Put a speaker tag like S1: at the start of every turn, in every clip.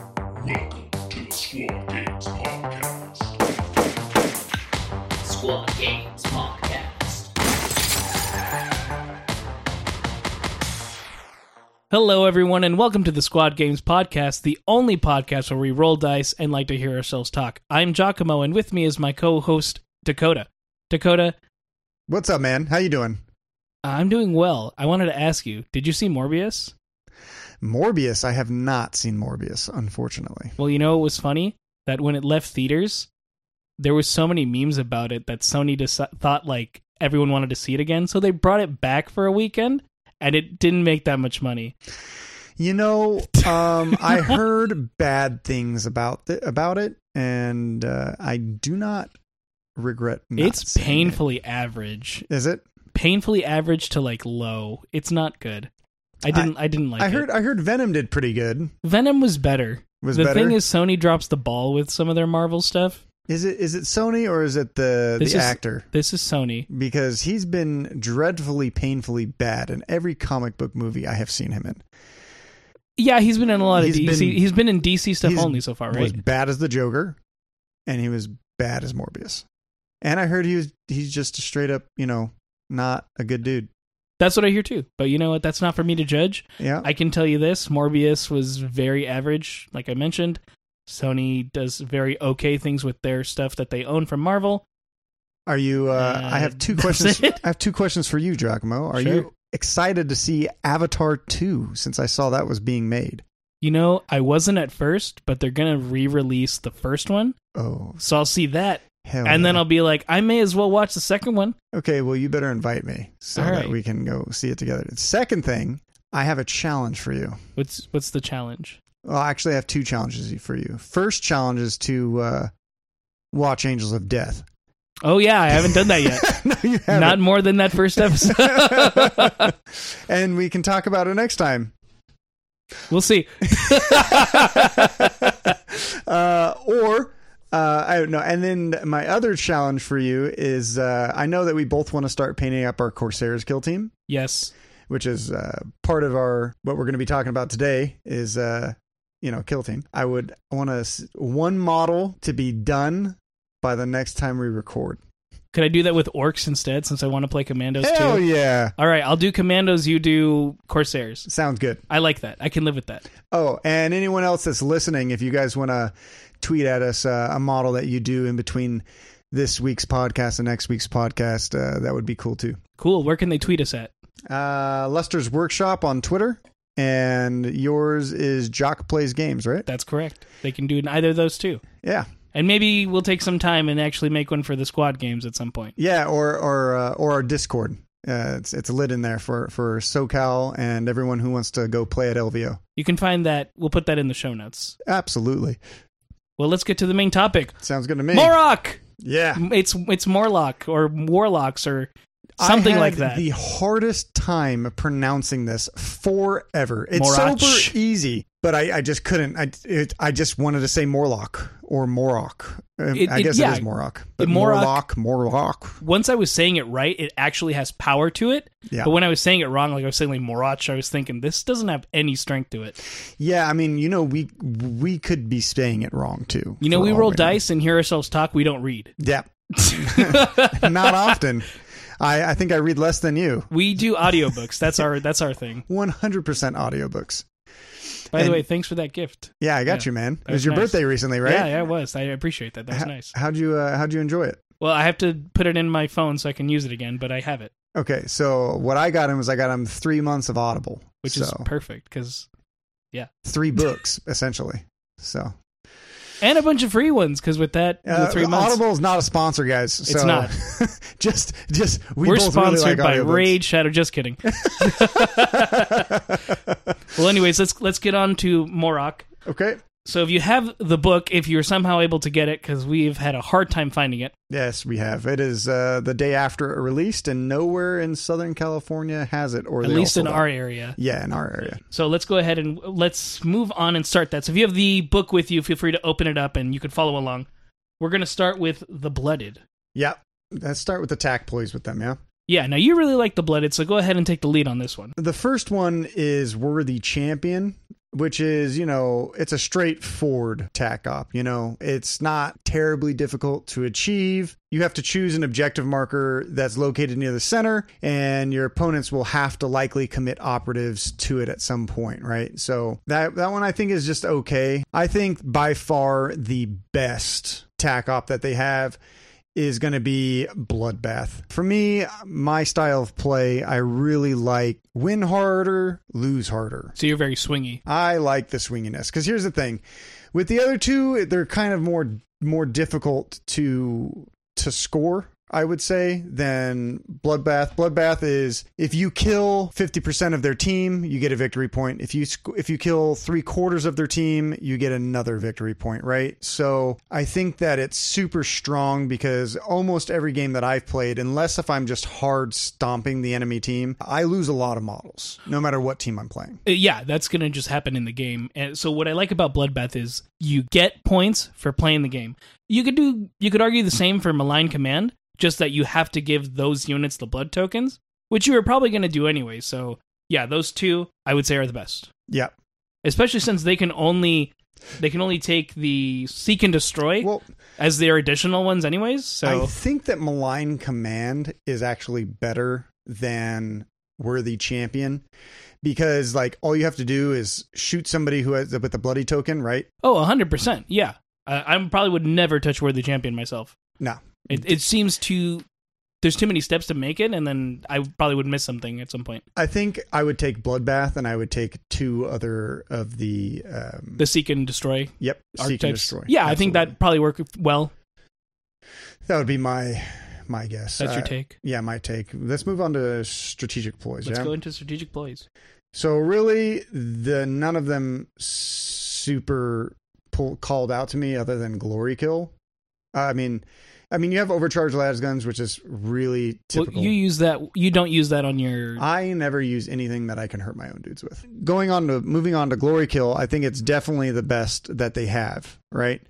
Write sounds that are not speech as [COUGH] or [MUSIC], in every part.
S1: Welcome to the Squad Games Podcast.
S2: Squad Games Podcast.
S3: Hello, everyone, and welcome to the Squad Games Podcast, the only podcast where we roll dice and like to hear ourselves talk. I'm Giacomo, and with me is my co host, Dakota. Dakota,
S4: What's up, man? How you doing?
S3: I'm doing well. I wanted to ask you, did you see Morbius?
S4: Morbius. I have not seen Morbius, unfortunately.
S3: Well, you know, it was funny that when it left theaters, there was so many memes about it that Sony deci- thought like everyone wanted to see it again, so they brought it back for a weekend, and it didn't make that much money.
S4: You know, um,
S3: [LAUGHS]
S4: I heard bad things about th- about it, and uh, I do not regret. Not
S3: it's
S4: seeing
S3: painfully average,
S4: It. Is it?
S3: painfully average to like low. It's not good. I didn't. I, didn't like.
S4: I
S3: it.
S4: heard. I heard Venom did pretty good.
S3: Venom was better.
S4: Was
S3: the
S4: better?
S3: thing is, Sony drops the ball with some of their Marvel stuff.
S4: Is it? Is it Sony or is it the
S3: This
S4: the
S3: is-
S4: actor?
S3: This is Sony.
S4: Because he's been dreadfully, painfully bad in every comic book movie I have seen him in.
S3: Yeah, he's been in a lot of
S4: He's
S3: DC.
S4: been-
S3: he's been in DC stuff
S4: he's-
S3: only so far,
S4: He was
S3: right?
S4: bad as the Joker, and he was bad as Morbius. And I heard he was he's just a straight up, you know, not a good dude.
S3: That's what I hear too. But you know what? That's not for me to judge.
S4: Yeah.
S3: I can tell you this: Morbius was very average, like I mentioned. Sony does very okay things with their stuff that they own from Marvel.
S4: Are you uh,
S3: Uh,
S4: I have
S3: [LAUGHS]
S4: two
S3: that's
S4: questions
S3: it?
S4: I have two questions for you, Giacomo. Are
S3: Sure.
S4: you excited to see Avatar 2 since I saw that was being made?
S3: You know, I wasn't at first, but they're gonna re-release the first one,
S4: Oh,
S3: so I'll see that,
S4: hell.
S3: and then
S4: yeah.
S3: I'll be like, I may as well watch the second one.
S4: Okay, well you better invite me so
S3: All
S4: that
S3: right.
S4: we can go see it together. Second thing, I have a challenge for you.
S3: What's what's the challenge?
S4: Well, I actually have two challenges for you. First challenge is to uh, watch Angels of Death.
S3: Oh yeah, I haven't done that yet.
S4: [LAUGHS] no, you haven't.
S3: Not more than that first episode.
S4: and we can talk about it next time.
S3: [LAUGHS] we'll see.
S4: Uh, or uh, I don't know. And then my other challenge for you is uh, I know that we both want to start painting up our Corsairs kill team,
S3: Yes.
S4: which is uh, part of our what we're going to be talking about today is uh, you know kill team. I would want to one model to be done by the next time we record.
S3: Could I do that with orcs instead since I want to play commandos
S4: Hell
S3: too?
S4: yeah,
S3: All right, I'll do commandos, you do corsairs.
S4: sounds good.
S3: I like that. I can live with that.
S4: Oh, and anyone else that's listening, if you guys want to tweet at us uh, a model that you do in between this week's podcast and next week's podcast, uh, that would be cool too.
S3: Cool. Where can they tweet us at?
S4: Uh, Lester's Workshop on Twitter, and yours is Jock Plays Games, right?
S3: That's correct. They can do it in either of those two.
S4: Yeah,
S3: And maybe we'll take some time and actually make one for the squad games at some point.
S4: yeah, or or uh, or our Discord. Uh, it's it's lit in there for for SoCal and everyone who wants to go play at LVO.
S3: You can find that. We'll put that in the show notes.
S4: Absolutely,
S3: Well, let's get to the main topic.
S4: sounds good to me.
S3: Morlock.
S4: Yeah,
S3: It's it's Morlock or Warlocks or something
S4: I had
S3: like that.
S4: The hardest time pronouncing this forever. It's
S3: Morach.
S4: super easy, but I, I just couldn't. I it, I just wanted to say Morlock or Morok. Um,
S3: It-
S4: I
S3: it-
S4: guess
S3: yeah.
S4: it is Morok. But
S3: Morok-
S4: Morlock, Morlock.
S3: once I was saying it right, it actually has power to it.
S4: Yeah.
S3: But when I was saying it wrong, like I was saying like Morach, I was thinking this doesn't have any strength to it.
S4: Yeah, I mean, you know, we we could be saying it wrong too.
S3: You know,
S4: for
S3: we
S4: all
S3: roll
S4: know.
S3: dice and hear ourselves talk. We don't read.
S4: Yeah, [LAUGHS] not often. I, I think I read less than you.
S3: we do audiobooks. That's our that's our thing.
S4: 100% audiobooks.
S3: By the
S4: And-
S3: way, thanks for that gift.
S4: Yeah, I got
S3: Yeah,
S4: you, man.
S3: that
S4: It
S3: was
S4: was your
S3: nice.
S4: birthday recently, right?
S3: Yeah, yeah, it was. I appreciate that. That was
S4: How-
S3: nice.
S4: How'd you uh, how'd you enjoy it?
S3: Well, I have to put it in my phone so I can use it again, but I have it,
S4: Okay, so what I got him was I got him three months of Audible,
S3: which
S4: so
S3: is perfect because
S4: three books [LAUGHS] essentially. So
S3: and a bunch of free ones because with that
S4: uh,
S3: the three months
S4: Audible is not a sponsor, guys. So
S3: It's not.
S4: [LAUGHS] just, just we
S3: we are
S4: both
S3: sponsored
S4: really like
S3: by Raid Shadow. Just
S4: [LAUGHS]
S3: kidding.
S4: audiobooks.
S3: well, anyways, let's let's get on to Morok.
S4: okay.
S3: So if you have the book, if you're somehow able to get it, because we've had a hard time finding it,
S4: Yes, we have. It is uh, the day after it released, and nowhere in Southern California has it, or
S3: at
S4: they
S3: least
S4: also
S3: in
S4: don't.
S3: our area.
S4: yeah, in our area.
S3: So let's go ahead and let's move on and start that. So if you have the book with you, feel free to open it up and you can follow along. We're gonna start with the blooded.
S4: Yeah, let's start with the tack please, with them. Yeah.
S3: Yeah, now you really like the blooded, so go ahead and take the lead on this one.
S4: The first one is We're the Champion which is, you know, it's a straightforward tac op. You know, it's not terribly difficult to achieve. You have to choose an objective marker that's located near the center, and your opponents will have to likely commit operatives to it at some point, right? So that that one I think is just okay. I think by far the best tac op that they have is going to be bloodbath. For me, my style of play, I really like win harder, lose harder.
S3: So you're very swingy.
S4: I like the swinginess because here's the thing: with the other two, they're kind of more more difficult to to score. I would say than bloodbath. Bloodbath is if you kill fifty percent of their team, you get a victory point. If you sc- if you kill three quarters of their team, you get another victory point. Right. So I think that it's super strong because almost every game that I've played, unless if I'm just hard stomping the enemy team, I lose a lot of models, no matter what team I'm playing.
S3: Uh, Yeah, that's going to just happen in the game. And so what I like about Bloodbath is you get points for playing the game. You could do you could argue the same for Malign Command, just that you have to give those units the blood tokens, which you were probably going to do anyway. So, yeah, those two I would say are the best.
S4: Yeah.
S3: Especially since they can only they can only take the seek and destroy
S4: Well,
S3: as their additional ones anyways. So
S4: I think that Malign Command is actually better than Worthy Champion because, like, all you have to do is shoot somebody who has with a bloody token, right?
S3: Oh, 100%. Yeah. Uh, I, I probably would never touch Worthy Champion myself.
S4: No.
S3: It, it seems too. There's too many steps to make it, and then I probably would miss something at some point.
S4: I think I would take Bloodbath and I would take two other of the. Um,
S3: The Seek and Destroy
S4: Yep, seek and
S3: archetypes.
S4: destroy.
S3: Yeah, I think
S4: Absolutely.
S3: that probably work well.
S4: that would be my my guess.
S3: That's your
S4: Uh,
S3: take.
S4: Yeah, my take. Let's move on to strategic ploys.
S3: Let's
S4: yeah,
S3: go into strategic plays.
S4: So really, the none of them super pull, called out to me other than Glory Kill. Uh, I mean, I mean you have overcharged las guns, which is really
S3: Well,
S4: typical. Uh,
S3: you use that. You don't use that on your.
S4: I never use anything that I can hurt my own dudes with. Going on to moving on to Glory Kill, I think it's definitely the best that they have. Right?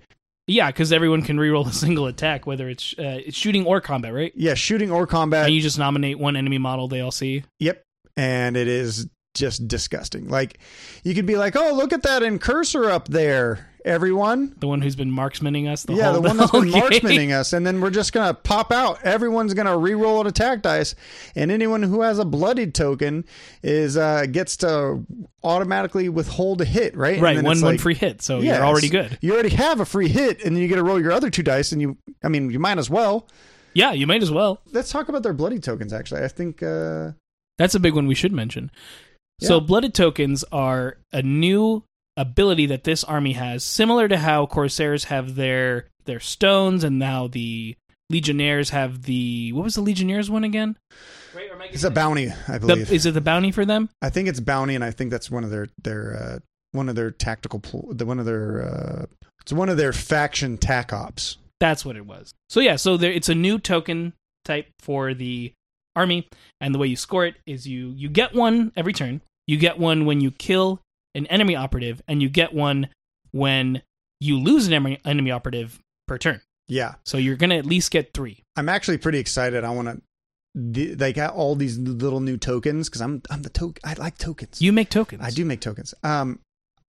S3: yeah, because everyone can reroll a single attack, whether it's uh, it's shooting or combat, right?
S4: Yeah, shooting or combat.
S3: and you just nominate one enemy model they all see.
S4: Yep. And it is just disgusting. Like you could be like, "Oh, look at that incursor up there, everyone."
S3: The one who's been marksmaning us. The whole, [LAUGHS]
S4: yeah, the one that's
S3: whole
S4: been
S3: game.
S4: marksmaning us, and then we're just gonna pop out. Everyone's gonna re-roll an attack dice, and anyone who has a bloodied token is uh gets to automatically withhold a hit, right? And
S3: Right,
S4: then
S3: one
S4: it's
S3: one
S4: like,
S3: free hit, so
S4: yes,
S3: you're already good.
S4: You already have a free hit, and you get to roll your other two dice, and you, I mean, you might as well.
S3: Yeah, you might as well.
S4: Let's talk about their bloody tokens. Actually, I think uh
S3: That's a big one we should mention. So,
S4: Yeah.
S3: blooded tokens are a new ability that this army has, similar to how corsairs have their their stones, and now the legionnaires have the what was the legionnaires one again?
S4: it's a bounty, I
S3: The,
S4: believe.
S3: is it the bounty for them?
S4: I think it's bounty, and I think that's one of their their uh, one of their tactical pl- the one of their uh, it's one of their faction tac ops.
S3: That's what it was. So yeah, so there, it's a new token type for the army, and the way you score it is you you get one every turn. You get one when you kill an enemy operative, and you get one when you lose an enemy, enemy operative per turn.
S4: Yeah,
S3: So you're gonna at least get three.
S4: I'm actually pretty excited. I want to. They got all these little new tokens because I'm I'm the token. I like tokens.
S3: You make tokens.
S4: I do make tokens. Um,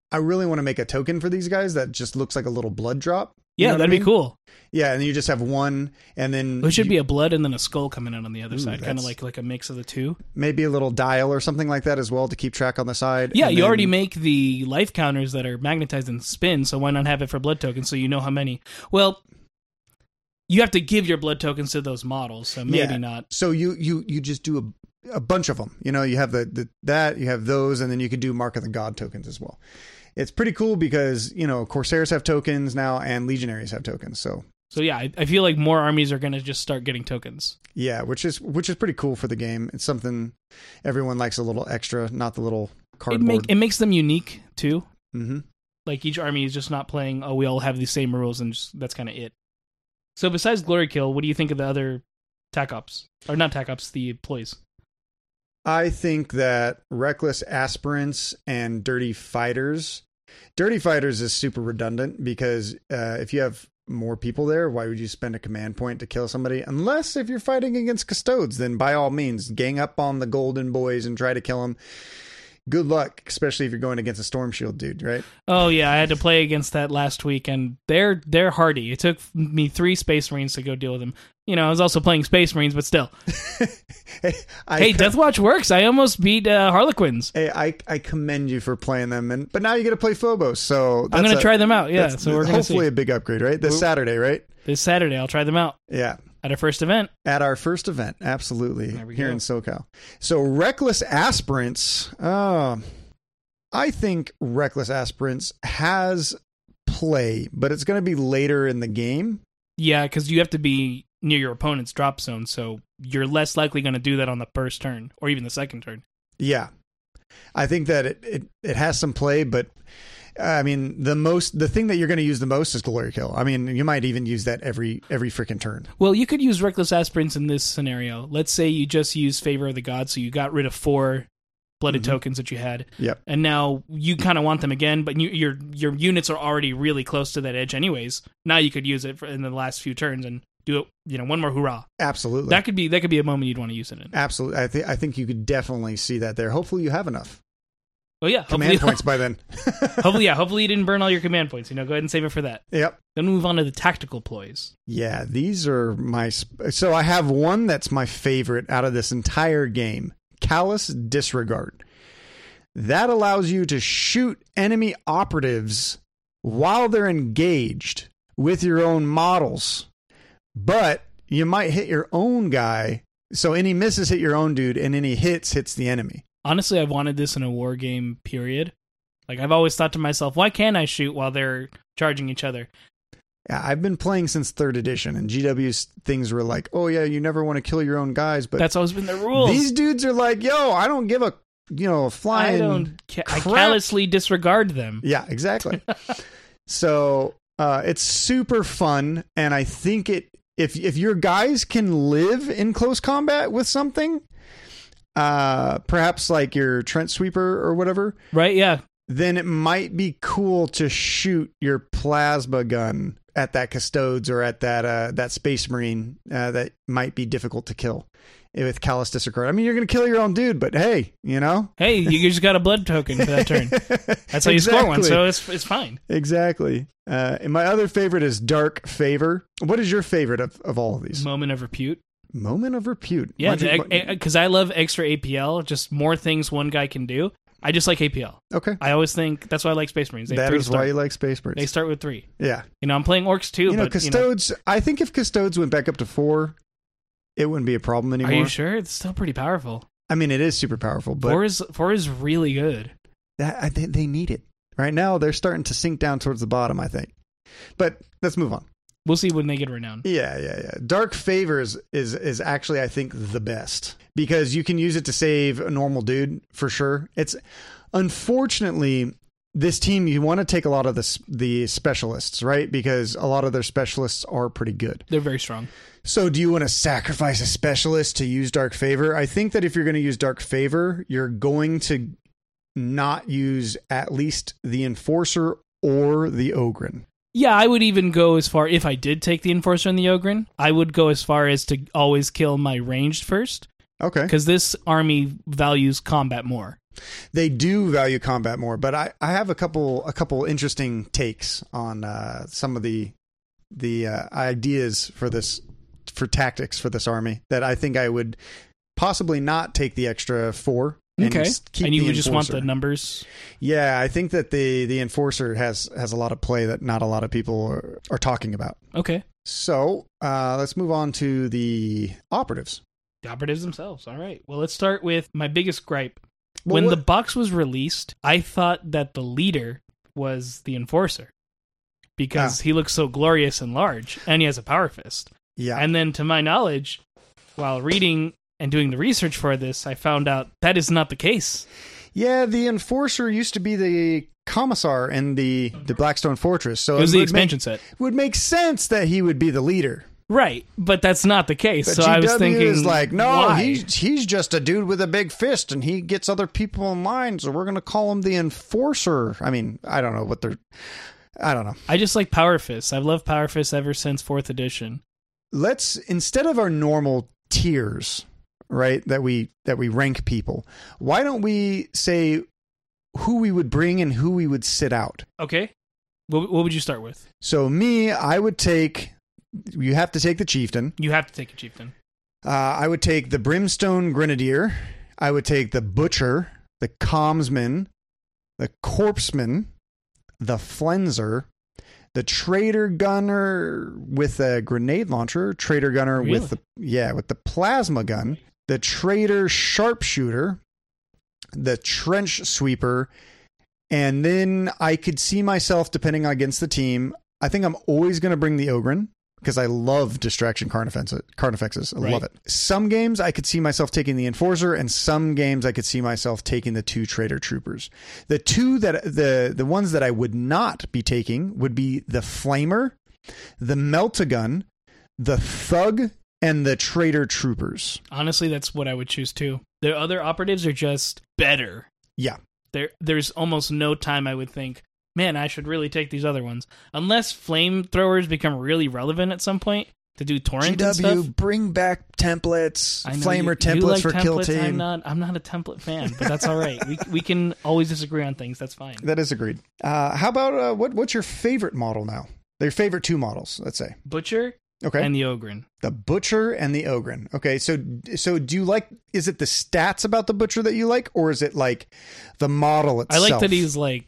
S4: I really want to make a token for these guys that just looks like a little blood drop. You
S3: Yeah,
S4: know what I
S3: that'd be
S4: mean?
S3: cool.
S4: Yeah, and you just have one, and then
S3: It should
S4: you-
S3: be a blood and then a skull coming out on the other
S4: Ooh,
S3: side, kind of
S4: that's-
S3: like like a mix of the two.
S4: maybe a little dial or something like that as well to keep track on the side.
S3: Yeah,
S4: and
S3: you
S4: then-
S3: already make the life counters that are magnetized and spin, so why not have it for blood tokens so you know how many? Well, you have to give your blood tokens to those models, so maybe
S4: Yeah.
S3: not.
S4: So you you you just do a a bunch of them. You know, you have the, the that you have those, and then you can do Mark of the God tokens as well. It's pretty cool because you know Corsairs have tokens now, and Legionaries have tokens. So
S3: So yeah, I, I feel like more armies are going to just start getting tokens.
S4: yeah, which is which is pretty cool for the game. It's something everyone likes a little extra, not the little
S3: It
S4: cardboard.
S3: make it makes them unique too.
S4: hmm
S3: Like each army is just not playing. Oh, we all have the same rules, and just, that's kind of it. So besides glory kill, what do you think of the other tac ops or not tac ops? The ploys.
S4: I think that reckless aspirants and dirty fighters. Dirty fighters is super redundant because uh, if you have more people there, why would you spend a command point to kill somebody? Unless if you're fighting against custodes, then by all means, gang up on the golden boys and try to kill them. good luck, especially if you're going against a storm shield dude, right?
S3: Oh yeah, I had to play against that last week, and they're they're hardy. It took me three Space Marines to go deal with them. You know, I was also playing Space Marines, but still.
S4: I
S3: Hey, Death Watch works. I almost beat uh, Harlequins.
S4: Hey, I, I commend you for playing them, and but now you get to play Phobos, so
S3: I'm
S4: that's
S3: gonna
S4: a-
S3: try them out. Yeah,
S4: that's
S3: so we're gonna
S4: hopefully
S3: see
S4: a big upgrade, right? This Saturday, right?
S3: this Saturday. I'll try them out
S4: Yeah,
S3: at our first event.
S4: at our first event, absolutely
S3: There we
S4: here
S3: go.
S4: in SoCal. So reckless aspirants. Um, I think reckless aspirants has play, but it's going to be later in the game.
S3: Yeah, because you have to be near your opponent's drop zone, so you're less likely going to do that on the first turn or even the second turn.
S4: Yeah. I think that it, it, it has some play, but uh, I mean the most the thing that you're going to use the most is glory kill. I mean you might even use that every every freaking turn.
S3: Well, you could use Reckless Aspirants in this scenario. Let's say you just use Favor of the Gods, so you got rid of four blooded
S4: Mm-hmm.
S3: tokens that you had,
S4: Yep.
S3: and now you kind of want them again, but you, your your units are already really close to that edge, anyways. Now you could use it for, in the last few turns and do it. You know, one more hurrah.
S4: Absolutely.
S3: That could be that could be a moment you'd want to use it in.
S4: Absolutely. I think I think you could definitely see that there. Hopefully you have enough
S3: Well, yeah, hopefully, [LAUGHS]
S4: command points by then. [LAUGHS]
S3: hopefully, yeah, hopefully you didn't burn all your command points. You know, go ahead and save it for that.
S4: Yep.
S3: Then we move on to the tactical ploys.
S4: Yeah, these are my sp- so I have one that's my favorite out of this entire game. Callous disregard. That allows you to shoot enemy operatives while they're engaged with your own models. But you might hit your own guy, so any misses hit your own dude and any hits hits the enemy.
S3: honestly i've wanted this in a war game period like i've always thought to myself why can't i shoot while they're charging each other
S4: Yeah, I've been playing since 3rd edition and GW's things were like, "Oh yeah, you never want to kill your own guys, but
S3: that's always been the rules
S4: These dudes are like, yo, I don't give a you know a flying.
S3: i don't ca- i
S4: crap.
S3: callously disregard them
S4: Yeah,
S3: [LAUGHS]
S4: exactly. so uh, it's super fun, and I think it if if your guys can live in close combat with something, uh, perhaps like your Trent Sweeper or whatever,
S3: right yeah
S4: then it might be cool to shoot your plasma gun at that custodes or at that uh, that space marine uh, that might be difficult to kill with callous disregard. I mean, you're going to kill your own dude, but hey, you know.
S3: hey you just got a blood token for that
S4: [LAUGHS]
S3: turn that's how you score one so it's it's fine
S4: exactly. Uh, and my other favorite is dark favor. What is your favorite of, of all of these?
S3: moment of repute
S4: Moment of repute.
S3: yeah
S4: Why'd you-
S3: because eh, i love extra apl just more things one guy can do i just like apl
S4: okay.
S3: i always think that's why i like space marines they have
S4: That
S3: three
S4: is
S3: to start.
S4: why you like space marines.
S3: they start with three
S4: yeah.
S3: you know i'm playing orcs too
S4: You know,
S3: but
S4: custodes. I think if custodes went back up to four, it wouldn't be a problem
S3: you know,
S4: anymore.
S3: are you sure it's still pretty powerful
S4: I mean, it is super powerful, but
S3: four is four is really good
S4: that I think they need it right now. They're starting to sink down towards the bottom, I think. But let's move on.
S3: We'll see when they get renowned.
S4: Yeah, yeah, yeah. Dark favors is is actually I think the best because you can use it to save a normal dude for sure. It's unfortunately this team you want to take a lot of the s- the specialists right because a lot of their specialists are pretty good.
S3: They're very strong.
S4: So, do you want to sacrifice a specialist to use Dark Favor? I think that if you're going to use Dark Favor, you're going to not use at least the Enforcer or the Ogren.
S3: Yeah, I would even go as far if I did take the enforcer and the ogren, I would go as far as to always kill my ranged first
S4: Okay.
S3: because this army values combat more.
S4: They do value combat more, but I, I have a couple a couple interesting takes on uh, some of the the uh, ideas for this for tactics for this army that I think I would possibly not take the extra four. And
S3: okay,
S4: s- keep
S3: and you
S4: the
S3: would just want the
S4: Enforcer.
S3: numbers.
S4: Yeah, I think that the the enforcer has has a lot of play that not a lot of people are, are talking about.
S3: Okay,
S4: So uh, let's move on to the operatives.
S3: the operatives themselves. All right. Well, let's start with my biggest gripe.
S4: Well,
S3: when
S4: what-
S3: the box was released, I thought that the leader was the enforcer
S4: Ah.
S3: because he looks so glorious and large, and he has a power fist.
S4: yeah,
S3: And then, to my knowledge, while reading and doing the research for this, I found out that is not the case.
S4: yeah, the enforcer used to be the commissar in the the Blackstone Fortress, so
S3: It was the
S4: would
S3: expansion set,
S4: Make, would make sense that he would be the leader.
S3: right? But that's not the case.
S4: But
S3: so
S4: GW
S3: I was thinking,
S4: is like, no,
S3: why?
S4: he's he's just a dude with a big fist, and he gets other people in line, so we're gonna call him the enforcer. I mean, I don't know what they're, I don't know.
S3: I just like Power Fists. I've loved Power Fists ever since fourth edition.
S4: let's instead of our normal tiers right that we that we rank people why don't we say who we would bring and who we would sit out.
S3: Okay. What, what would you start with?
S4: So me, I would take. You have to take the chieftain.
S3: You have to take a chieftain.
S4: Uh, I would take the brimstone grenadier. I would take the butcher, the commsman, the corpseman, the flenser, the traitor gunner with a grenade launcher, traitor gunner
S3: Really?
S4: with the yeah with the plasma gun, the traitor sharpshooter, the trench sweeper, and then I could see myself depending on against the team. I think I'm always going to bring the Ogren because I love distraction carnifexes. carnifexes. I
S3: Right.
S4: love it. Some games I could see myself taking the Enforcer, and some games I could see myself taking the two Traitor Troopers. The two that the the ones that I would not be taking would be the Flamer, the Meltagun, the Thug, and the Traitor Troopers.
S3: Honestly, that's what I would choose too. The other operatives are just better.
S4: Yeah.
S3: There, there's almost no time I would think, man, I should really take these other ones, unless flamethrowers become really relevant at some point to do torrent and stuff.
S4: GW, bring back templates,
S3: I know
S4: Flamer
S3: you-
S4: templates
S3: you like
S4: for Kill
S3: templates. I'm
S4: Team.
S3: not, I'm not a template fan, but that's all right. we we can always disagree on things. That's
S4: [LAUGHS]
S3: fine.
S4: That is agreed. Uh, how about uh, what? What's your favorite model now? Your favorite two models, let's say.
S3: Butcher
S4: Okay,
S3: and the Ogren.
S4: the butcher and the ogren. Okay, so so do you like? Is it the stats about the butcher that you like, or is it like the model
S3: I
S4: itself?
S3: like that he's like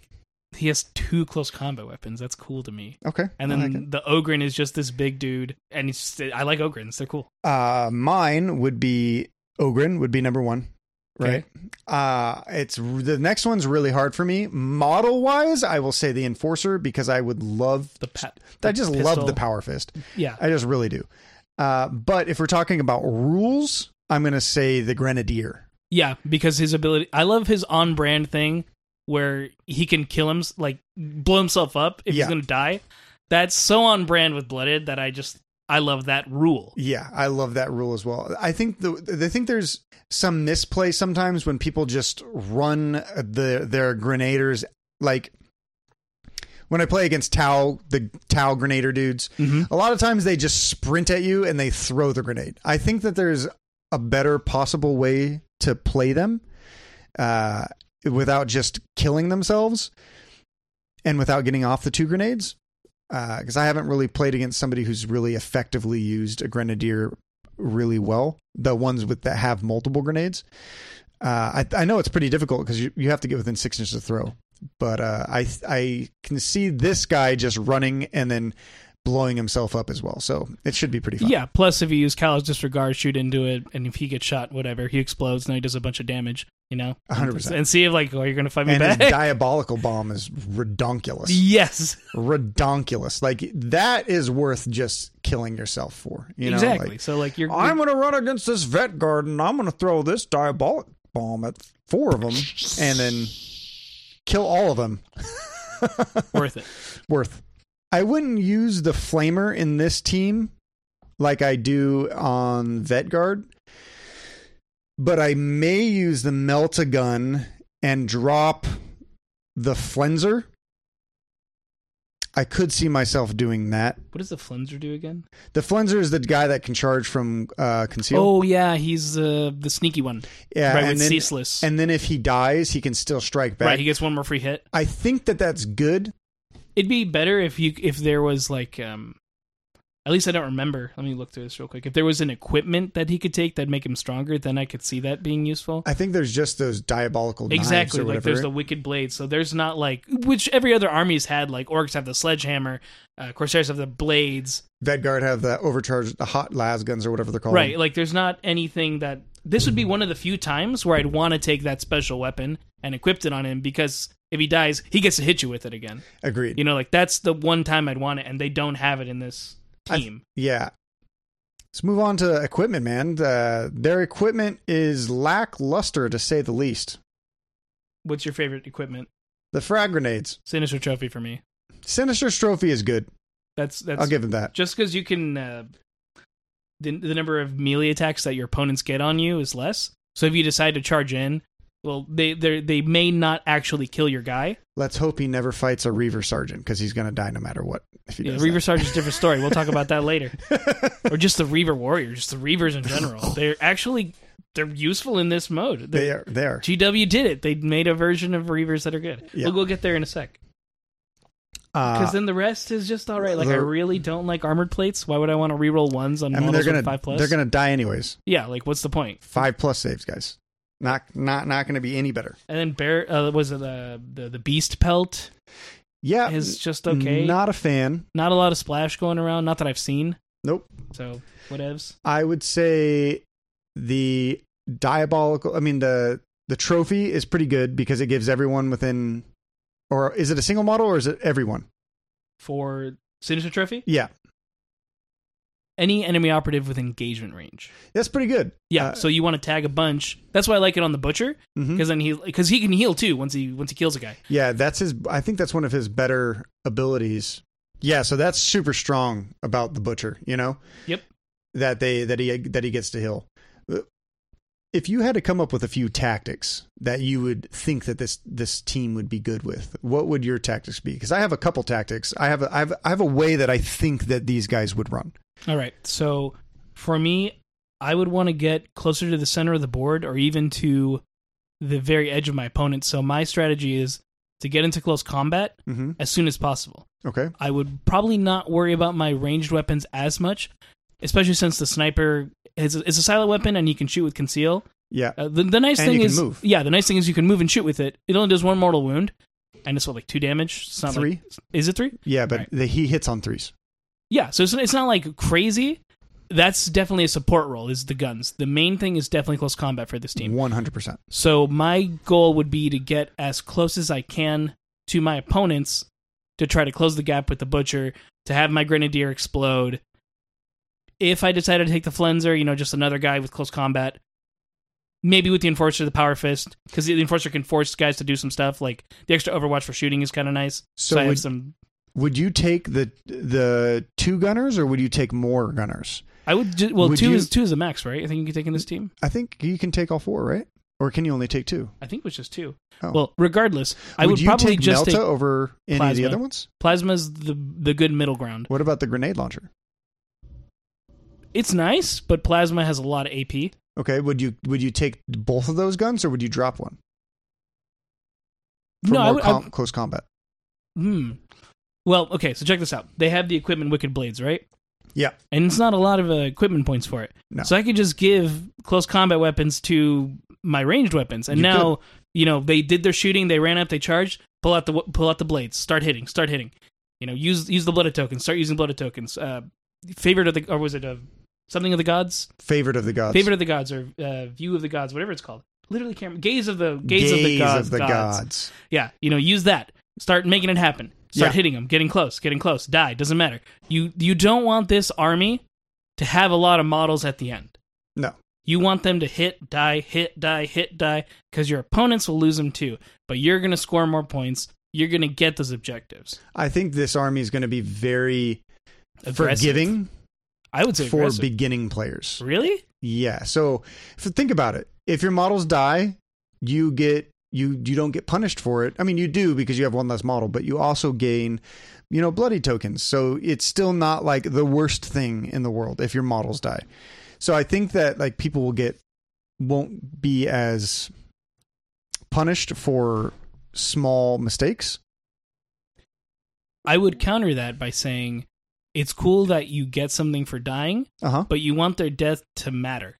S3: he has two close combat weapons. That's cool to me.
S4: okay,
S3: And
S4: I
S3: then
S4: like it.
S3: the Ogren is just this big dude, and he's just, I like Ogrens. They're cool.
S4: uh, mine would be ogren would be number one. Right. Uh it's the next one's really hard for me. Model wise, I will say the enforcer because I would love
S3: The pat.
S4: I just
S3: pistol.
S4: love the power fist.
S3: Yeah.
S4: I just really do. Uh, but if we're talking about rules, I'm going to say the Grenadier.
S3: Yeah, because his ability. I love his on brand thing where he can kill him, like blow himself up if he's
S4: Yeah.
S3: going to die. That's so on brand with Blooded that I just. I love that rule.
S4: Yeah, I love that rule as well. I think the I think there's some misplay sometimes when people just run the their grenaders like when I play against Tau, the Tau grenader dudes, a lot of times they just sprint at you and they throw the grenade. I think that there's a better possible way to play them uh, without just killing themselves and without getting off the two grenades. Because I haven't really played against somebody who's really effectively used a grenadier really well. The ones with that have multiple grenades. Uh, I, I know it's pretty difficult because you, you have to get within six inches of throw. But uh, I I can see this guy just running and then blowing himself up as well. So it should be pretty fun.
S3: Yeah. Plus, if you use Callous Disregard, shoot into it, and if he gets shot, whatever, he explodes, and he does a bunch of damage. You know,
S4: 100%.
S3: And see if like, oh, you're gonna fight me
S4: And his
S3: back.
S4: diabolical bomb is
S3: [LAUGHS]
S4: redonkulous.
S3: yes,
S4: redonkulous. Like that is worth just killing yourself for. You know,
S3: exactly.
S4: Like,
S3: so like, you're,
S4: I'm going to run against this vet guard and I'm going to throw this diabolic bomb at four of them and then kill all of them.
S3: you're worth it.
S4: Worth. I wouldn't use the flamer in this team like I do on vet guard, but I may use the melt a gun and drop the flenser. I could see myself doing that.
S3: What does the Flenser do again?
S4: The Flenser is the guy that can charge from uh, conceal.
S3: Oh yeah, he's uh, the sneaky one.
S4: yeah,
S3: right,
S4: and
S3: with
S4: then
S3: ceaseless.
S4: and then if he dies, he can still strike back.
S3: right, he gets one more free hit.
S4: I think that that's good.
S3: It'd be better if you if there was like um, at least I don't remember. Let me look through this real quick. If there was an equipment that he could take that make him stronger, then I could see that being useful.
S4: I think there's just those diabolical knives
S3: Exactly,
S4: or
S3: like
S4: whatever.
S3: there's the wicked blade. So there's not like which every other army's had. Like orcs have the sledgehammer, uh, corsairs have the blades.
S4: Vedguard have the overcharged, the hot las guns or whatever they're called.
S3: Right, like there's not anything that this would be one of the few times where I'd want to take that special weapon and equip it on him because if he dies, he gets to hit you with it again.
S4: Agreed.
S3: You know, like that's the one time I'd want it, and they don't have it in this
S4: I-
S3: team.
S4: yeah. Let's move on to equipment, man. Uh, their equipment is lackluster to say the least.
S3: What's your favorite equipment?
S4: The frag grenades,
S3: Sinister trophy for me.
S4: Sinister's trophy is good.
S3: That's that's
S4: I'll give him that.
S3: just because you can uh, the the number of melee attacks that your opponents get on you is less. So if you decide to charge in, well, they they they may not actually kill your guy.
S4: Let's hope he never fights a Reaver sergeant because he's going to die no matter what. If he
S3: Yeah,
S4: does
S3: Reaver Sergeant's a different
S4: [LAUGHS]
S3: story. We'll talk about that later. or just the Reaver Warrior, just the Reavers in general. They're actually they're useful in this mode.
S4: They
S3: They're-
S4: are. They are.
S3: GW did it. They made a version of Reavers that are good.
S4: Yeah.
S3: We'll go get there in a sec.
S4: Uh,
S3: Because then the rest is just all right. Like I
S4: they're-
S3: really don't like armored plates. Why would I want to reroll ones on
S4: I mean,
S3: models
S4: they're gonna
S3: with five plus?
S4: they're gonna die anyways.
S3: yeah. Like what's the point?
S4: Five plus saves, guys. Not not not gonna be any better.
S3: And then bear uh, was it uh, the the beast pelt
S4: Yeah,
S3: is just okay. Not,
S4: Not a fan.
S3: a lot of splash going around. Not that I've seen.
S4: Nope.
S3: So whatevs.
S4: I would say the diabolical. I mean the the trophy is pretty good because it gives everyone within, or is it a single model or is it everyone?
S3: For Sinister Trophy,
S4: Yeah,
S3: any enemy operative with engagement range.
S4: that's pretty good.
S3: Yeah.
S4: Uh,
S3: so you want to tag a bunch. That's why I like it on the butcher
S4: mhm.
S3: because then he because he can heal too once he once he kills a guy.
S4: Yeah, that's his. I think that's one of his better abilities. Yeah, so that's super strong about the butcher. You know.
S3: Yep.
S4: That they that he that he gets to heal. If you had to come up with a few tactics that you would think that this this team would be good with, what would your tactics be? Because I have a couple tactics. I have a, I have I have a way that I think that these guys would run.
S3: All right. So for me, I would want to get closer to the center of the board or even to the very edge of my opponent. So my strategy is to get into close combat
S4: Mm-hmm.
S3: as soon as possible.
S4: Okay.
S3: I would probably not worry about my ranged weapons as much, especially since the sniper is is a silent weapon and you can shoot with conceal.
S4: Yeah.
S3: Uh, the, the nice
S4: And
S3: thing
S4: you can
S3: is,
S4: move.
S3: yeah, the nice thing is you can move and shoot with it. It only does one mortal wound, and it's what like two damage. It's not like-
S4: Three?
S3: is it three?
S4: Yeah, but
S3: Right.
S4: the, he hits on threes.
S3: Yeah, so it's, it's not like crazy. That's definitely a support role. Is the guns. The main thing is definitely close combat for this team.
S4: One hundred percent.
S3: So my goal would be to get as close as I can to my opponents to try to close the gap with the butcher, to have my grenadier explode. If I decided to take the flenser, you know, just another guy with close combat, maybe with the enforcer, the power fist, because the enforcer can force guys to do some stuff. Like the extra overwatch for shooting is kind of nice. So,
S4: So
S3: I have
S4: would-
S3: some.
S4: Would you take the the two gunners or would you take more gunners?
S3: I would ju- well
S4: would
S3: two
S4: you- Mm-hmm.
S3: is two is the max, right? I think you can take in this team.
S4: I think you can take all four, right? Or can you only take two?
S3: I think it was just two.
S4: Oh.
S3: Well, regardless, I
S4: would
S3: would
S4: you
S3: probably
S4: take
S3: just
S4: Melta
S3: take
S4: over any of the
S3: Plasma.
S4: other ones?
S3: plasma's the the good middle ground.
S4: What about the grenade launcher?
S3: It's nice, but plasma has a lot of AP.
S4: Okay, would you would you take both of those guns or would you drop one for
S3: no,
S4: more
S3: I would, I
S4: com-
S3: would-
S4: close combat?
S3: hmm. Well, okay, so check this out. They have the equipment Wicked Blades, right?
S4: Yeah.
S3: And it's not a lot of uh, equipment points for it.
S4: No.
S3: So I could just give close combat weapons to my ranged weapons, and
S4: You
S3: now you know they did their shooting, they ran up, they charged, pull out the w- pull out the blades, start hitting, start hitting. You know, use use the blooded tokens, start using blooded tokens. Uh, favorite of the or was it uh something of the gods?
S4: Favorite of the gods.
S3: favorite of the gods or uh, view of the gods, whatever it's called. Literally, camera gaze of the gaze, of the gods.
S4: the
S3: gods.
S4: gods.
S3: Yeah, you know, use that. Start making it happen. Start
S4: Yeah.
S3: hitting them, getting close, getting close. Die doesn't matter. You you don't want this army to have a lot of models at the end.
S4: No.
S3: You want them to hit, die, hit, die, hit, die, because your opponents will lose them too. But you're gonna score more points. You're gonna get those objectives.
S4: I think this army is going to be very
S3: Aggressive.
S4: forgiving
S3: I would say
S4: for
S3: aggressive.
S4: beginning players.
S3: really.
S4: Yeah. So if, think about it. If your models die, you get you you don't get punished for it. I mean, you do because you have one less model, but you also gain, you know, bloody tokens. So it's still not like the worst thing in the world if your models die. So I think that like people will get won't be as punished for small mistakes.
S3: I would counter that by saying it's cool that you get something for dying,
S4: Uh huh.
S3: but you want their death to matter.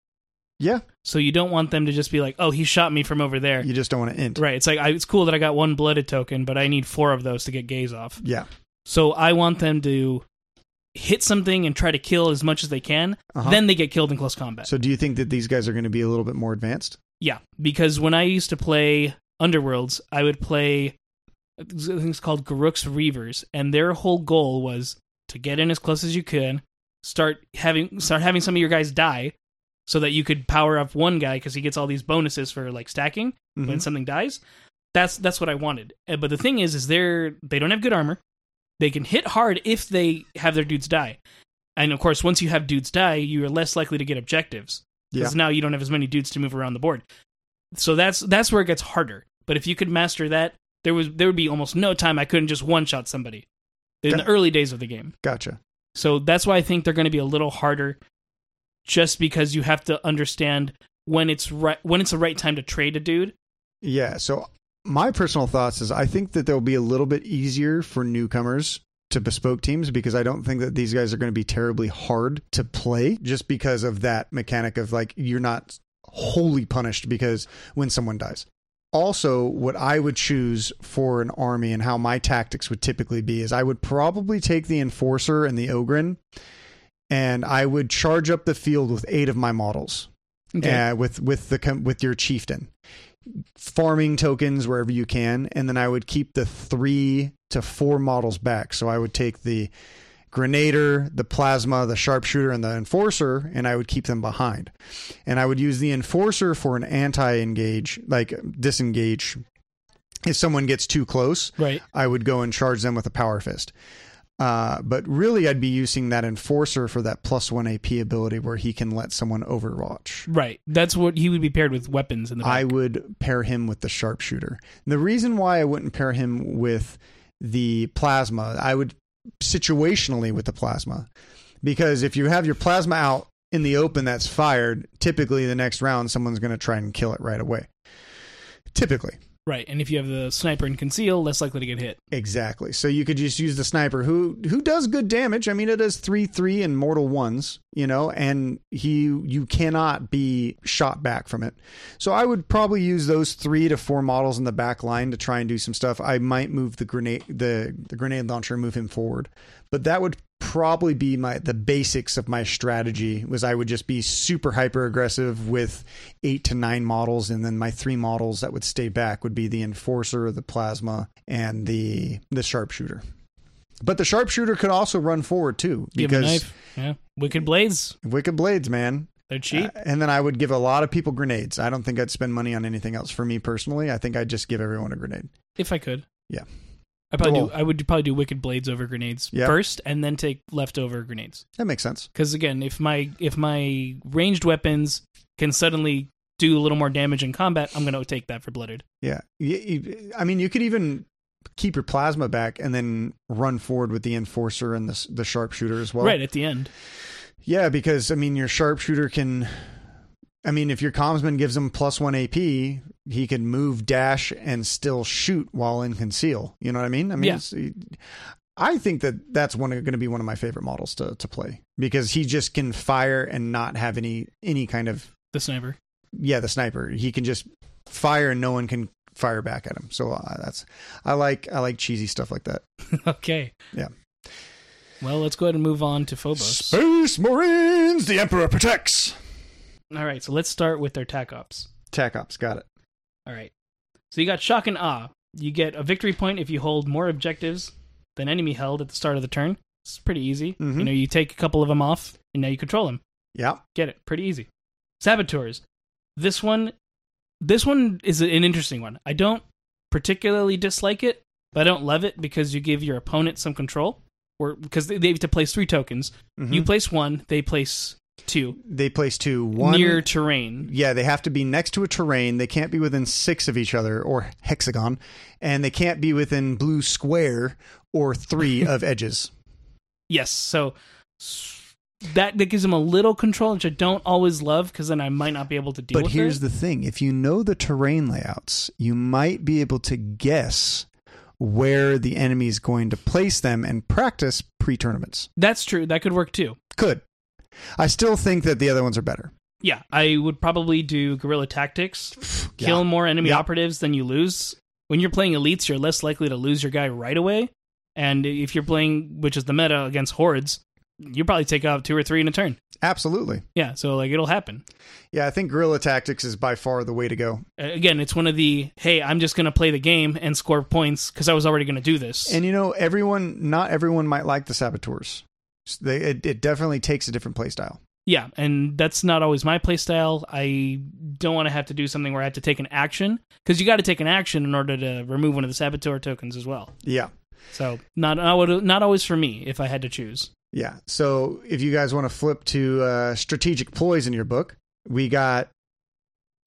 S4: Yeah.
S3: So you don't want them to just be like, "Oh, he shot me from over there."
S4: You just don't want to end.
S3: Right. It's like I, it's cool that I got one blooded token, but I need four of those to get gaze off.
S4: Yeah.
S3: So I want them to hit something and try to kill as much as they can.
S4: Uh-huh.
S3: Then they get killed in close combat.
S4: So do you think that these guys are going to be a little bit more advanced?
S3: yeah, because when I used to play Underworlds, I would play uh, I think it's called Garuk's Reavers, and their whole goal was to get in as close as you can, start having start having some of your guys die, so that you could power up one guy because he gets all these bonuses for like stacking when
S4: Mhm.
S3: something dies. That's that's what I wanted. Uh, But the thing is, is they're they don't have good armor. They can hit hard if they have their dudes die, and of course, once you have dudes die, you are less likely to get objectives
S4: Yeah.
S3: because now you don't have as many dudes to move around the board. So that's that's where it gets harder. But if you could master that, there was there would be almost no time I couldn't just one shot somebody in the
S4: Got-
S3: early days of the game.
S4: Gotcha.
S3: So that's why I think they're going to be a little harder, just because you have to understand when it's right when it's the right time to trade a dude.
S4: Yeah. So my personal thoughts is I think that they'll be a little bit easier for newcomers to bespoke teams because I don't think that these guys are going to be terribly hard to play just because of that mechanic of like you're not wholly punished because when someone dies. Also, what I would choose for an army and how my tactics would typically be is I would probably take the Enforcer and the Ogrin and I would charge up the field with eight of my models uh, with with the com- with your chieftain farming tokens wherever you can and then i would keep the three to four models back so i would take the grenader the plasma the sharpshooter and the enforcer and i would keep them behind and i would use the enforcer for an anti-engage like disengage if someone gets too close
S3: Right.
S4: I would go and charge them with a power fist. Uh, but really, I'd be using that enforcer for that plus one AP ability where he can let someone overwatch.
S3: Right. That's what he would be paired with weapons in the
S4: I
S3: back.
S4: would pair him with the sharpshooter. The reason why I wouldn't pair him with the plasma, I would situationally with the plasma, because if you have your plasma out in the open that's fired, typically the next round someone's going to try and kill it right away. Typically.
S3: right. And if you have the sniper and conceal, less likely to get hit.
S4: Exactly. So you could just use the sniper who who does good damage. I mean, it does three three and mortal ones, you know, and he you cannot be shot back from it. So I would probably use those three to four models in the back line to try and do some stuff. I might move the grenade the, the grenade launcher and move him forward. But that would probably be my the basics of my strategy was I would just be super hyper aggressive with eight to nine models and then my three models that would stay back would be the enforcer, the plasma, and the the sharpshooter. But the sharpshooter could also run forward too
S3: Give him a
S4: because
S3: knife. Yeah. Wicked blades.
S4: wicked blades, man.
S3: They're cheap.
S4: Uh, and then I would give a lot of people grenades. I don't think I'd spend money on anything else. For me personally, I think I'd just give everyone a grenade.
S3: if I could.
S4: Yeah.
S3: I probably do,
S4: Well-
S3: I would probably do wicked blades over grenades
S4: Yeah.
S3: first, and then take leftover grenades.
S4: That makes sense.
S3: Because again, if my if my ranged weapons can suddenly do a little more damage in combat, I'm gonna take that for blooded.
S4: Yeah. You- you- I mean, you could even keep your plasma back and then run forward with the enforcer and the, s- the sharpshooter as well.
S3: right at the end,
S4: Yeah, because I mean, your sharpshooter can. I mean, if your commsman gives him plus one AP, he can move, dash, and still shoot while in conceal. You know what I mean? I mean,
S3: Yeah.
S4: it's, I think that that's one going to be one of my favorite models to to play because he just can fire and not have any any kind of
S3: the sniper.
S4: yeah the sniper. He can just fire and no one can fire back at him. So uh, that's I like I like cheesy stuff like that.
S3: [LAUGHS] okay.
S4: Yeah.
S3: Well, let's go ahead and move on to Phobos.
S4: Space Marines, the Emperor protects.
S3: All right, so let's start with their tac ops.
S4: Tac ops, got it.
S3: All right. So you got shock and awe. You get a victory point if you hold more objectives than enemy held at the start of the turn. It's pretty easy.
S4: Mhm.
S3: You know, you take a couple of them off, and now you control them.
S4: Yeah,
S3: Get it? Pretty easy. Saboteurs. This one, this one is an interesting one. I don't particularly dislike it, but I don't love it because you give your opponent some control, or because they they have to place three tokens.
S4: Mhm.
S3: You place one, they place two
S4: they place two one
S3: near terrain.
S4: yeah they have to be next to a terrain they can't be within six of each other or hexagon and they can't be within blue square or three
S3: [LAUGHS]
S4: of edges
S3: Yes, so s- that that gives them a little control, which I don't always love because then I might not be able to deal
S4: but
S3: with
S4: here's
S3: it.
S4: the thing if you know the terrain layouts you might be able to guess where the enemy is going to place them and practice pre-tournaments
S3: That's true. That could work too.
S4: could i still think that the other ones are better
S3: Yeah, I would probably do guerrilla tactics. kill
S4: Yeah.
S3: more enemy
S4: Yeah.
S3: operatives than you lose. When you're playing elites, you're less likely to lose your guy right away. And if you're playing, which is the meta against hordes, you probably take out two or three in a turn.
S4: absolutely
S3: Yeah, so like it'll happen.
S4: yeah i think guerrilla tactics is by far the way to go
S3: Uh, Again, it's one of the hey, I'm just gonna play the game and score points because I was already gonna do this.
S4: And you know, everyone, not everyone might like the saboteurs. They, it, it definitely takes a different play style.
S3: yeah, and that's not always my playstyle. I don't want to have to do something where I have to take an action because you got to take an action in order to remove one of the saboteur tokens as well.
S4: Yeah.
S3: So not not always for me if I had to choose.
S4: Yeah. So if you guys want to flip to uh, strategic ploys in your book, we got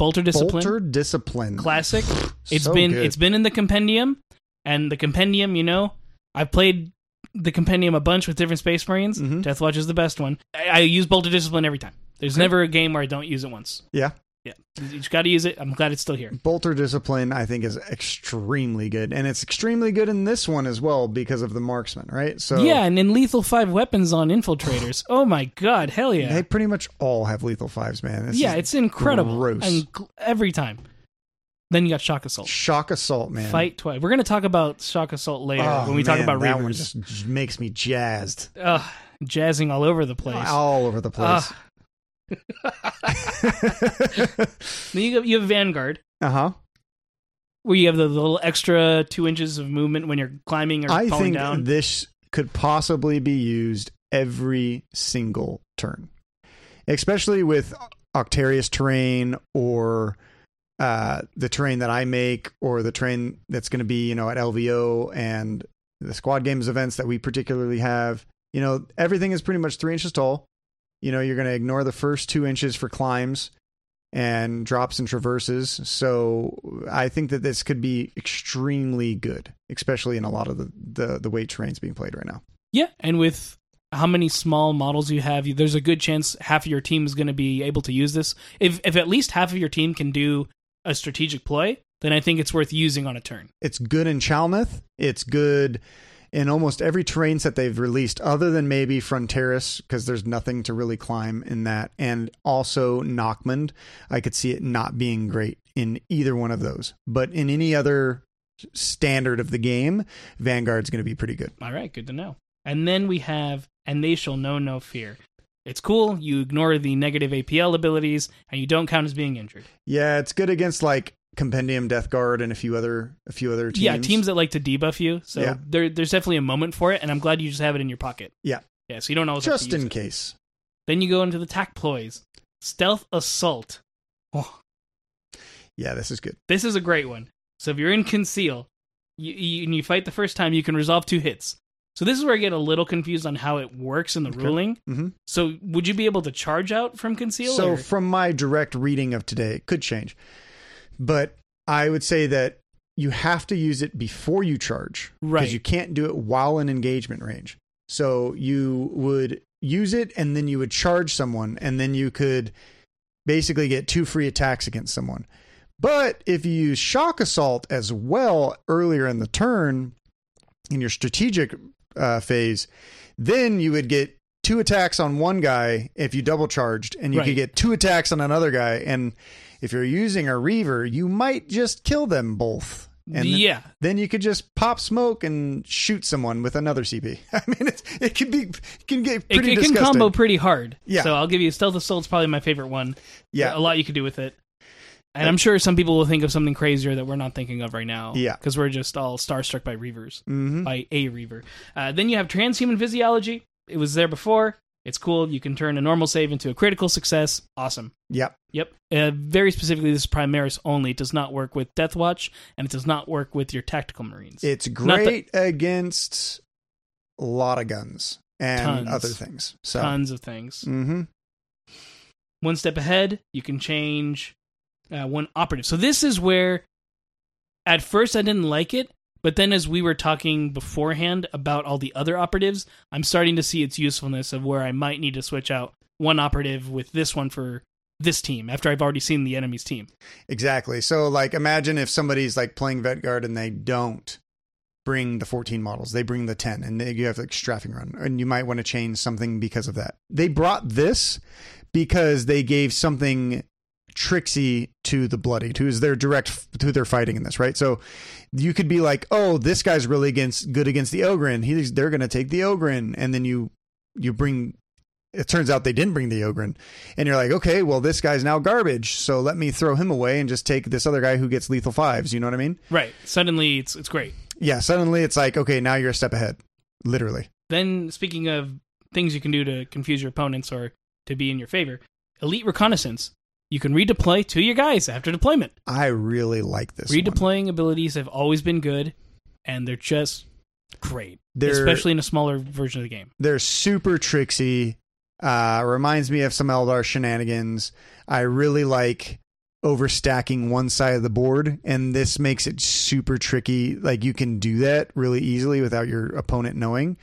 S3: Bolter discipline.
S4: Bolter Discipline. [SIGHS]
S3: classic. It's
S4: It's
S3: been it's been in the compendium, and the compendium, you know, I've played the compendium a bunch with different Space Marines.
S4: Mhm.
S3: Deathwatch is the best one. I, I use Bolter Discipline every time. There's never a game where I don't use it once.
S4: Yeah.
S3: Yeah, you just got to use it. I'm glad it's still here.
S4: Bolter Discipline, I think, is extremely good, and it's extremely good in this one as well because of the marksman, right? So
S3: Yeah, and in Lethal Five weapons on
S4: [SIGHS]
S3: infiltrators. oh my god, hell yeah,
S4: they pretty much all have lethal fives, man. This
S3: yeah,
S4: is
S3: it's incredible.
S4: gross.
S3: And gl- every time, then you got shock assault.
S4: shock assault, man.
S3: Fight twice. We're gonna talk about shock assault later
S4: Oh,
S3: when we talk
S4: man,
S3: about
S4: that
S3: Reavers.
S4: one, just j- makes me jazzed,
S3: Ugh, jazzing all over the place.
S4: all over the place.
S3: [LAUGHS] Uh.
S4: [LAUGHS]
S3: Then you have, you have Vanguard,
S4: Uh huh.
S3: where you have the little extra two inches of movement when you're climbing or
S4: I
S3: falling
S4: think
S3: down.
S4: this could possibly be used every single turn, especially with Octarius terrain or uh, the terrain that I make or the terrain that's going to be you know at LVO and the squad games events that we particularly have. You know everything is pretty much three inches tall. You know you're going to ignore the first two inches for climbs and drops and traverses. So I think that this could be extremely good, especially in a lot of the the, the weight terrains being played right now.
S3: yeah, and with how many small models you have, you, there's a good chance half of your team is going to be able to use this. If if at least half of your team can do a strategic play, then I think it's worth using on a turn.
S4: It's good in Chalmouth. It's good in almost every terrain set they've released, other than maybe Fronteris, because there's nothing to really climb in that. And also Nockmund. I could see it not being great in either one of those. But in any other standard of the game, Vanguard's going to be pretty good.
S3: All right, good to know. And then we have, and they shall know no fear. It's cool. You ignore the negative APL abilities, and you don't count as being injured.
S4: Yeah, it's good against like Compendium Death Guard and a few other a few other teams.
S3: Yeah, teams that like to debuff you. So
S4: Yeah.
S3: there, there's definitely a moment for it, and I'm glad you just have it in your pocket.
S4: Yeah.
S3: Yeah, so you don't always have to
S4: just
S3: use
S4: in
S3: it.
S4: case.
S3: Then you go into the tack ploys. Stealth assault. Oh,
S4: Yeah, this is good.
S3: this is a great one. So if you're in conceal you, you, and you fight the first time, you can resolve two hits. So this is where I get a little confused on how it works in the ruling.
S4: hmm
S3: So would you be able to charge out from conceal?
S4: So
S3: or-
S4: from my direct reading of today, it could change, but I would say that you have to use it before you charge,
S3: Right.
S4: Because you can't do it while in engagement range. So you would use it, and then you would charge someone, and then you could basically get two free attacks against someone. But if you use shock assault as well earlier in the turn in your strategic uh, phase, then you would get two attacks on one guy if you double charged, and you
S3: Right.
S4: could get two attacks on another guy. And if you're using a Reaver, you might just kill them both. And th-
S3: yeah,
S4: then you could just pop smoke and shoot someone with another CP. [LAUGHS] I mean, it's, it can be can get
S3: it,
S4: pretty
S3: it can
S4: disgusting.
S3: combo pretty hard.
S4: Yeah.
S3: So I'll give you stealth assault's probably my favorite one.
S4: yeah,
S3: a lot you could do with it. And I'm sure some people will think of something crazier that we're not thinking of right now.
S4: Yeah.
S3: Because we're just all starstruck by Reavers,
S4: hmm
S3: by a Reaver. Uh, then you have transhuman physiology. It was there before. It's cool. You can turn a normal save into a critical success. Awesome.
S4: yep.
S3: Yep. Uh, very specifically, this is Primaris only. It does not work with Death Watch, and it does not work with your tactical Marines.
S4: It's
S3: Not that-
S4: great against a lot of guns and
S3: Tons.
S4: other things. So,
S3: Tons of things.
S4: Mhm.
S3: one step ahead you can change uh, one operative so this is where at first i didn't like it but then as we were talking beforehand about all the other operatives i'm starting to see its usefulness of where i might need to switch out one operative with this one for this team after i've already seen the enemy's team
S4: exactly. So, like, imagine if somebody's like playing Vet Guard and they don't bring the 14 models, they bring the 10, and they, you have like strapping run, and you might want to change something because of that. They brought this because they gave something tricksy to the bloodied who's their direct who they're fighting in this right so you could be like oh this guy's really against good against the ogrin he's they're gonna take the ogrin and then you you bring it turns out they didn't bring the ogrin and you're like okay well this guy's now garbage so let me throw him away and just take this other guy who gets lethal fives you know what i mean
S3: right suddenly it's it's great
S4: yeah suddenly it's like okay now you're a step ahead literally
S3: then speaking of things you can do to confuse your opponents or to be in your favor elite reconnaissance you can redeploy to your guys after deployment
S4: i really like this one.
S3: redeploying abilities have always been good and they're just great
S4: They're-
S3: especially in a smaller version of the game
S4: they're super tricksy. Uh, reminds me of some Eldar shenanigans. I really like overstacking one side of the board, and this makes it super tricky. Like you can do that really easily without your opponent knowing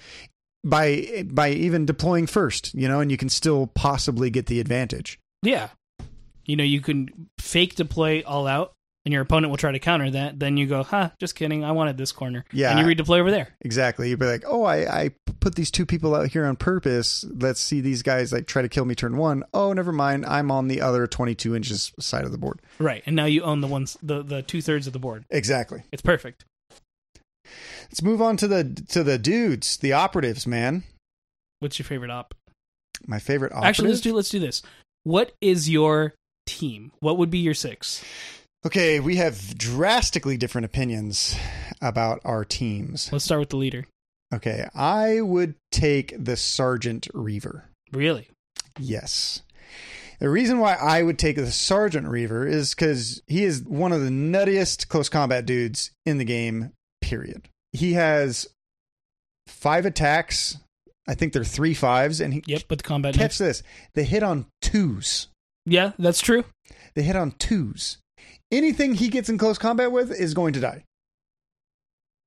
S4: by by even deploying first, you know, and you can still possibly get the advantage.
S3: yeah You know, you can fake to play all out, and your opponent will try to counter that. Then you go, "Huh, just kidding. I wanted this corner."
S4: Yeah.
S3: and you read to play over there.
S4: Exactly. You'd be like, oh, I, I put these two people out here on purpose. Let's see these guys like try to kill me turn one. Oh, never mind. I'm on the other 22 inches side of the board.
S3: Right, and now you own the ones the the two thirds of the board.
S4: Exactly.
S3: It's perfect.
S4: Let's move on to the to the dudes, the operatives, man.
S3: What's your favorite op?
S4: My favorite operative.
S3: Actually, let's do let's do this. What is your team? What would be your six?
S4: okay, we have drastically different opinions about our teams.
S3: Let's start with the leader.
S4: Okay, I would take the Sergeant Reaver.
S3: Really?
S4: Yes. The reason why I would take the Sergeant Reaver is because he is one of the nuttiest close combat dudes in the game, period. He has five attacks. I think they're three fives. And he,
S3: Yep. But the combat.
S4: catch this, they hit on twos.
S3: Yeah, that's true.
S4: They hit on twos. Anything he gets in close combat with is going to die.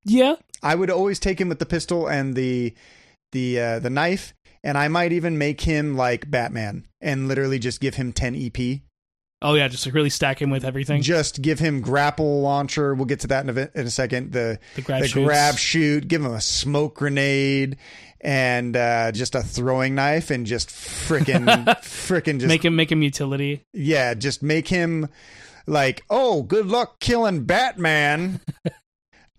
S3: Yeah,
S4: I would always take him with the pistol and the the uh, the knife, and I might even make him like Batman and literally just give him 10 EP
S3: Oh yeah, just like really stack him with everything.
S4: Just give him grapple launcher. We'll get to that in a, bit- in a second. The
S3: The grab
S4: the
S3: shoots.
S4: grab shoot. Give him a smoke grenade and uh, just a throwing knife and
S3: [LAUGHS]
S4: just frickin' frickin' just
S3: make him make him utility.
S4: yeah, just make him like oh good luck killing Batman.
S3: [LAUGHS]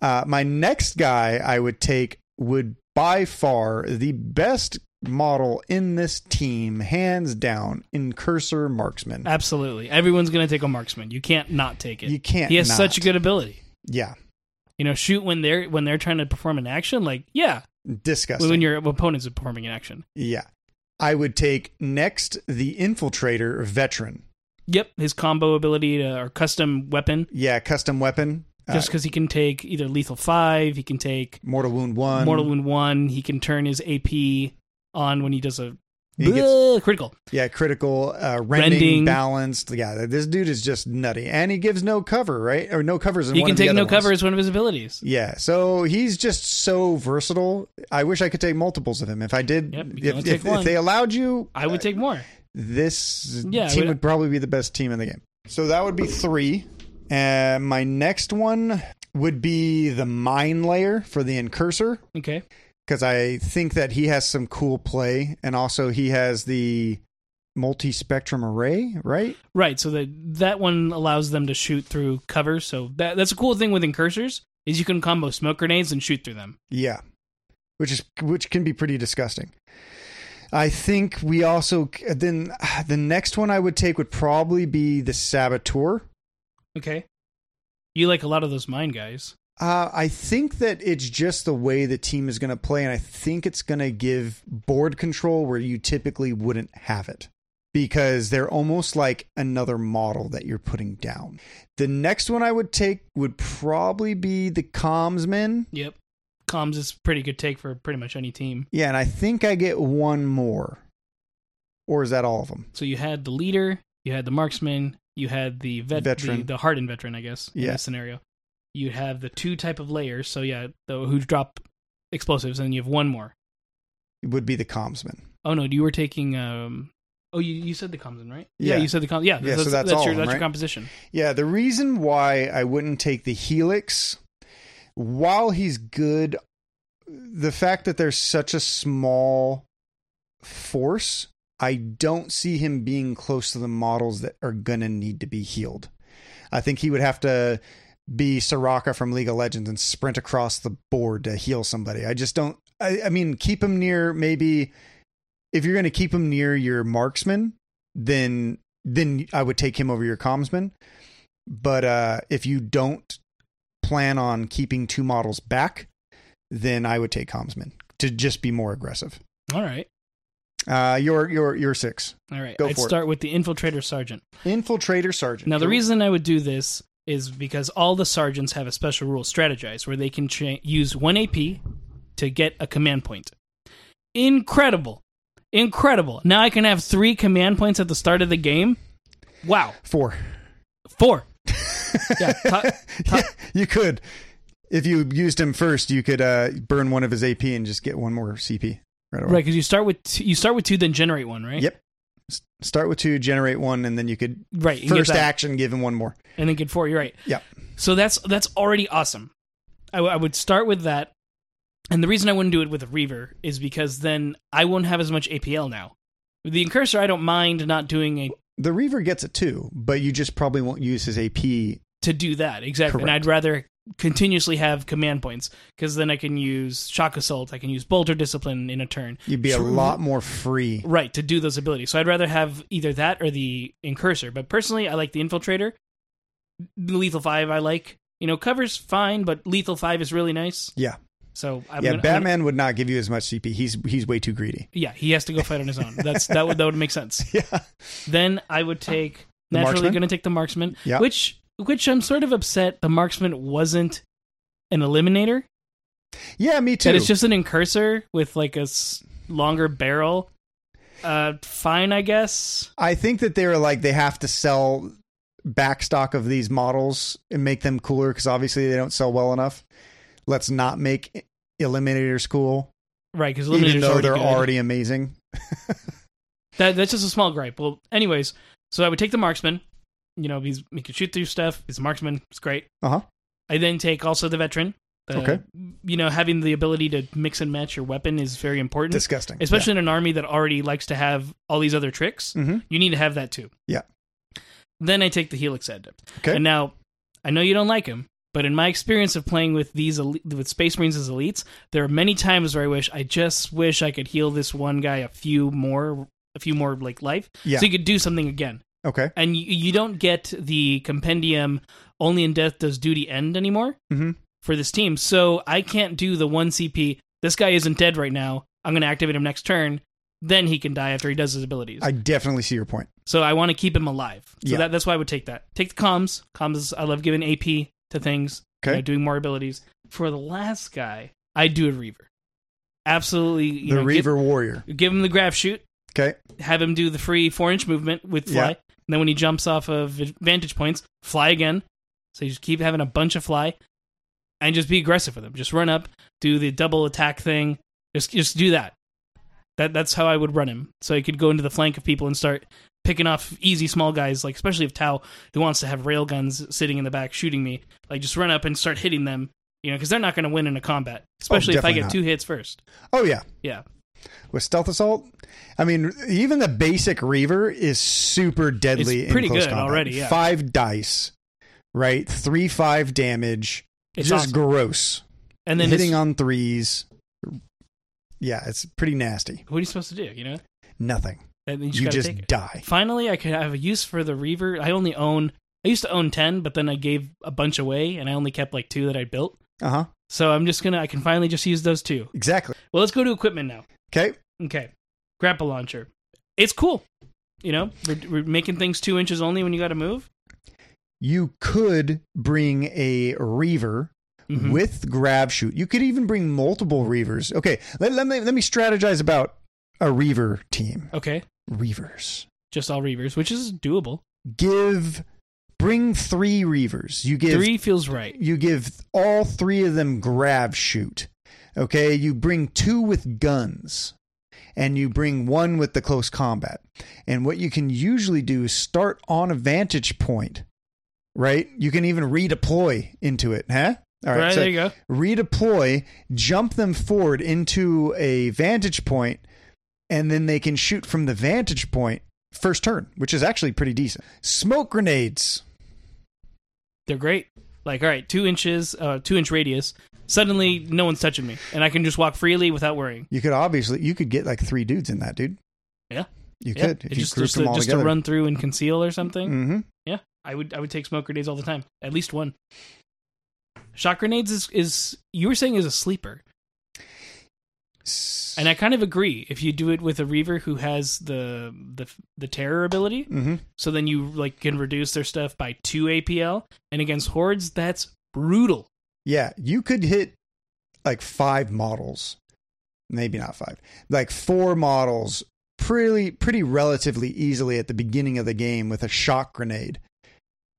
S4: uh, my next guy I would take would by far the best model in this team, hands down, in cursor marksman.
S3: Uh, Absolutely, everyone's gonna take a marksman. You can't not take it.
S4: You can't
S3: He has
S4: not.
S3: such a good ability.
S4: yeah,
S3: You know, shoot when they're when they're trying to perform an action. Like yeah,
S4: disgusting.
S3: when your opponent's performing an action.
S4: Yeah. I would take next the infiltrator veteran.
S3: Yep, his combo ability to, or custom weapon.
S4: Yeah, custom weapon. Uh,
S3: Just because he can take either lethal five, he can take
S4: mortal wound one.
S3: mortal wound one. He can turn his AP on when he does a
S4: He gets-
S3: Blah, critical.
S4: Yeah, critical, uh, rending,
S3: Rending.
S4: balanced. Yeah, this dude is just nutty, and he gives no cover, right? Or no covers. In
S3: He
S4: one
S3: can
S4: of the
S3: take
S4: other
S3: no
S4: ones.
S3: cover as one of his abilities.
S4: Yeah, so he's just so versatile. I wish I could take multiples of him. If I did,
S3: Yep, you can
S4: if,
S3: only
S4: if,
S3: take
S4: if
S3: one.
S4: they allowed you,
S3: I would take more.
S4: this
S3: Yeah, I
S4: team
S3: would-
S4: would probably be the best team in the game. So that would be three. And my next one would be the mine layer for the incursor
S3: Okay.
S4: because I think that he has some cool play, and also he has the multi-spectrum array, right?
S3: Right, so that that one allows them to shoot through cover. So that that's a cool thing with incursors is you can combo smoke grenades and shoot through them.
S4: Yeah, which is which can be pretty disgusting. I think we also then the next one I would take would probably be the saboteur.
S3: Okay, you like a lot of those mine guys.
S4: Uh, I think that it's just the way the team is going to play, and I think it's going to give board control where you typically wouldn't have it because they're almost like another model that you're putting down. The next one I would take would probably be the commsmen.
S3: Yep, comms is a pretty good take for pretty much any team.
S4: Yeah, and I think I get one more. Or is that all of them?
S3: So you had the leader, you had the marksman, you had the vet,
S4: Veteran.
S3: the, the hardened veteran, I guess. In
S4: Yeah.
S3: this scenario, you have the two type of layers. So yeah, the, who drop explosives, and you have one more.
S4: It would be the commsmen.
S3: Oh no, you were taking. um Oh, you, you said the comms, right?
S4: Yeah.
S3: you said the comms. Yeah,
S4: Yeah, so that's all
S3: your
S4: of them,
S3: that's
S4: right?
S3: your composition.
S4: Yeah, the reason why I wouldn't take the Helix, while he's good, the fact that there's such a small force, I don't see him being close to the models that are going to need to be healed. I think he would have to be Soraka from League of Legends and sprint across the board to heal somebody. I just don't. I, I mean, keep him near maybe. If you're going to keep him near your marksman, then then I would take him over your commsman. But uh, if you don't plan on keeping two models back, then I would take Commsman to just be more aggressive.
S3: All right.
S4: Uh, your your your six
S3: All right.
S4: Go
S3: I'd
S4: for it.
S3: start with the infiltrator sergeant.
S4: infiltrator sergeant.
S3: Now, the reason I would do this is because all the sergeants have a special rule, strategize, where they can cha- use one AP to get a command point. Incredible. Incredible. Now I can have three command points at the start of the game. Wow.
S4: four. [LAUGHS]
S3: Four. yeah. [LAUGHS] Top, top,
S4: You could, if you used him first, you could uh, burn one of his AP and just get one more CP right away.
S3: right. Because you start with two, you start with two, then generate one, right?
S4: Yep. S- Start with two, generate one, and then you could
S3: Right. you can get
S4: first
S3: that.
S4: action give him one more.
S3: and then get four. You're right.
S4: Yeah.
S3: So that's that's already awesome. I, w- I would start with that, and the reason I wouldn't do it with Reaver is because then I won't have as much APL now. With the Incursor, I don't mind not doing a
S4: The Reaver gets it too, but you just probably won't use his AP.
S3: to do that exactly, and
S4: Correct.
S3: I'd rather continuously have command points because then I can use shock assault, I can use bolter discipline in a turn,
S4: You'd be a
S3: True.
S4: lot more free.
S3: right, to do those abilities. So I'd rather have either that or the Incursor. But personally, I like the Infiltrator. The Lethal Five, I like. You know, covers fine, but Lethal Five is really nice.
S4: Yeah,
S3: So I'm gonna-
S4: yeah.
S3: I'm gonna-
S4: Batman would not give you as much CP. He's he's way too greedy. [LAUGHS]
S3: yeah, he has to go fight on his own. That's that would that would make sense.
S4: Yeah,
S3: Then I would take
S4: The
S3: naturally
S4: marksman?
S3: going to take the marksman,
S4: Yeah.
S3: which which I'm sort of upset the marksman wasn't an eliminator.
S4: yeah. Me too.
S3: That it's just an incursor with like a s- longer barrel. Uh, fine, I guess.
S4: I think that they were like they have to sell backstock of these models and make them cooler because obviously they don't sell well enough. Let's not make Eliminators cool,
S3: Right, because
S4: even
S3: eliminators
S4: though
S3: already
S4: they're
S3: good.
S4: already amazing.
S3: that that's just a small gripe. Well, anyways, so I would take the marksman. You know, he's he can shoot through stuff. He's a marksman. It's great.
S4: Uh huh.
S3: I then take also the veteran. The-
S4: Okay.
S3: You know, having the ability to mix and match your weapon is very important,
S4: Disgusting.
S3: especially in an army that already likes to have all these other tricks.
S4: hmm
S3: You need to have that too.
S4: Yeah.
S3: Then I take the Helix Adept.
S4: Okay.
S3: And now, I know you don't like him, but in my experience of playing with these el- with Space Marines as elites, there are many times where I wish I just wish I could heal this one guy a few more, a few more like life,
S4: Yeah.
S3: so you could do something again
S4: Okay.
S3: and you, you don't get the compendium only in death does duty end anymore
S4: Mhm.
S3: for this team so i can't do the 1 cp this guy isn't dead right now i'm going to activate him next turn then he can die after he does his abilities
S4: I definitely see your point.
S3: so i want to keep him alive so
S4: Yeah.
S3: that, that's why i would take that take the comms comms is- i love giving ap to things you
S4: Okay.
S3: know, doing more abilities for the last guy i do a reaver absolutely you
S4: the
S3: know, give-
S4: Reaver Warrior.
S3: give him the grab shoot
S4: Okay.
S3: have him do the free four inch movement with fly.
S4: Yeah.
S3: And then when he jumps off of vantage points, fly again. So you just keep having a bunch of fly and just be aggressive with him. Just run up, do the double attack thing. Just just do that. That that's how I would run him. So he could go into the flank of people and start picking off easy small guys, like especially if Tau who wants to have rail guns sitting in the back shooting me, like just run up and start hitting them, you know, because they're not going to win in a combat, especially if I
S4: Oh, definitely
S3: get
S4: not.
S3: two hits first.
S4: Oh yeah.
S3: Yeah,
S4: With stealth assault, I mean, even the basic Reaver is super deadly.
S3: It's pretty
S4: in close
S3: good
S4: combat.
S3: already, yeah.
S4: Five dice, right? Three five damage.
S3: it's
S4: just
S3: awesome.
S4: gross.
S3: and then
S4: hitting
S3: it's-
S4: on threes. Yeah, it's pretty nasty.
S3: what are you supposed to do? You know,
S4: Nothing.
S3: and then you just
S4: You
S3: gotta
S4: just
S3: take it.
S4: die.
S3: Finally, I could have a use for the Reaver. I only own, I used to own 10, but then I gave a bunch away and I only kept like two that I built.
S4: Uh huh.
S3: So I'm just gonna, I can finally just use those two.
S4: Exactly.
S3: Well, let's go to equipment now.
S4: Okay.
S3: Okay. Grapple launcher. It's cool. You know, we're, we're making things two inches only when you gotta move.
S4: You could bring a Reaver
S3: Mhm.
S4: with grab shoot. You could even bring multiple Reavers. Okay. Let, let, me, let me strategize about a Reaver team.
S3: Okay.
S4: Reavers.
S3: Just all Reavers, which is doable.
S4: Give, bring three Reavers. You give
S3: Three feels right.
S4: you give all three of them grab shoot. Okay, you bring two with guns and you bring one with the close combat. And what you can usually do is start on a vantage point, right? You can even redeploy into it, huh? All
S3: Right,
S4: right, so
S3: there you go.
S4: redeploy, jump them forward into a vantage point, and then they can shoot from the vantage point first turn, which is actually pretty decent. Smoke grenades.
S3: They're great. Like, all right, two inches, uh, two inch radius. Suddenly, no one's touching me, and I can just walk freely without worrying.
S4: You could obviously you could get like three dudes in that, dude.
S3: Yeah.
S4: You
S3: Yeah,
S4: could
S3: it
S4: if you
S3: just,
S4: grouped
S3: just,
S4: them
S3: to,
S4: all
S3: just to
S4: together. Mm.
S3: run through and conceal or something.
S4: hmm
S3: Yeah, I would I would take smoke grenades all the time, at least one. Shock grenades is is you were saying is a sleeper,
S4: Mm-hmm.
S3: and I kind of agree. If you do it with a reaver who has the the the terror ability,
S4: hmm
S3: so then you like can reduce their stuff by two APL, and against hordes that's brutal.
S4: Yeah, you could hit like five models, maybe not five, like four models, pretty pretty relatively easily at the beginning of the game with a shock grenade.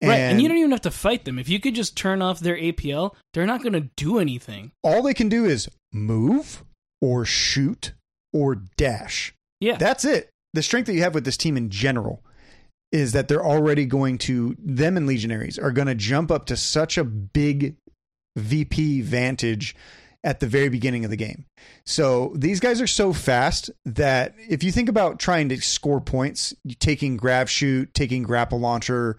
S3: right, and you don't even have to fight them. If you could just turn off their APL, they're not going to do anything.
S4: all they can do is move or shoot or dash.
S3: Yeah,
S4: That's it. the strength that you have with this team in general is that they're already going to them and legionaries are going to jump up to such a big VP vantage at the very beginning of the game. So these guys are so fast that if you think about trying to score points, you taking grab shoot, taking grapple launcher,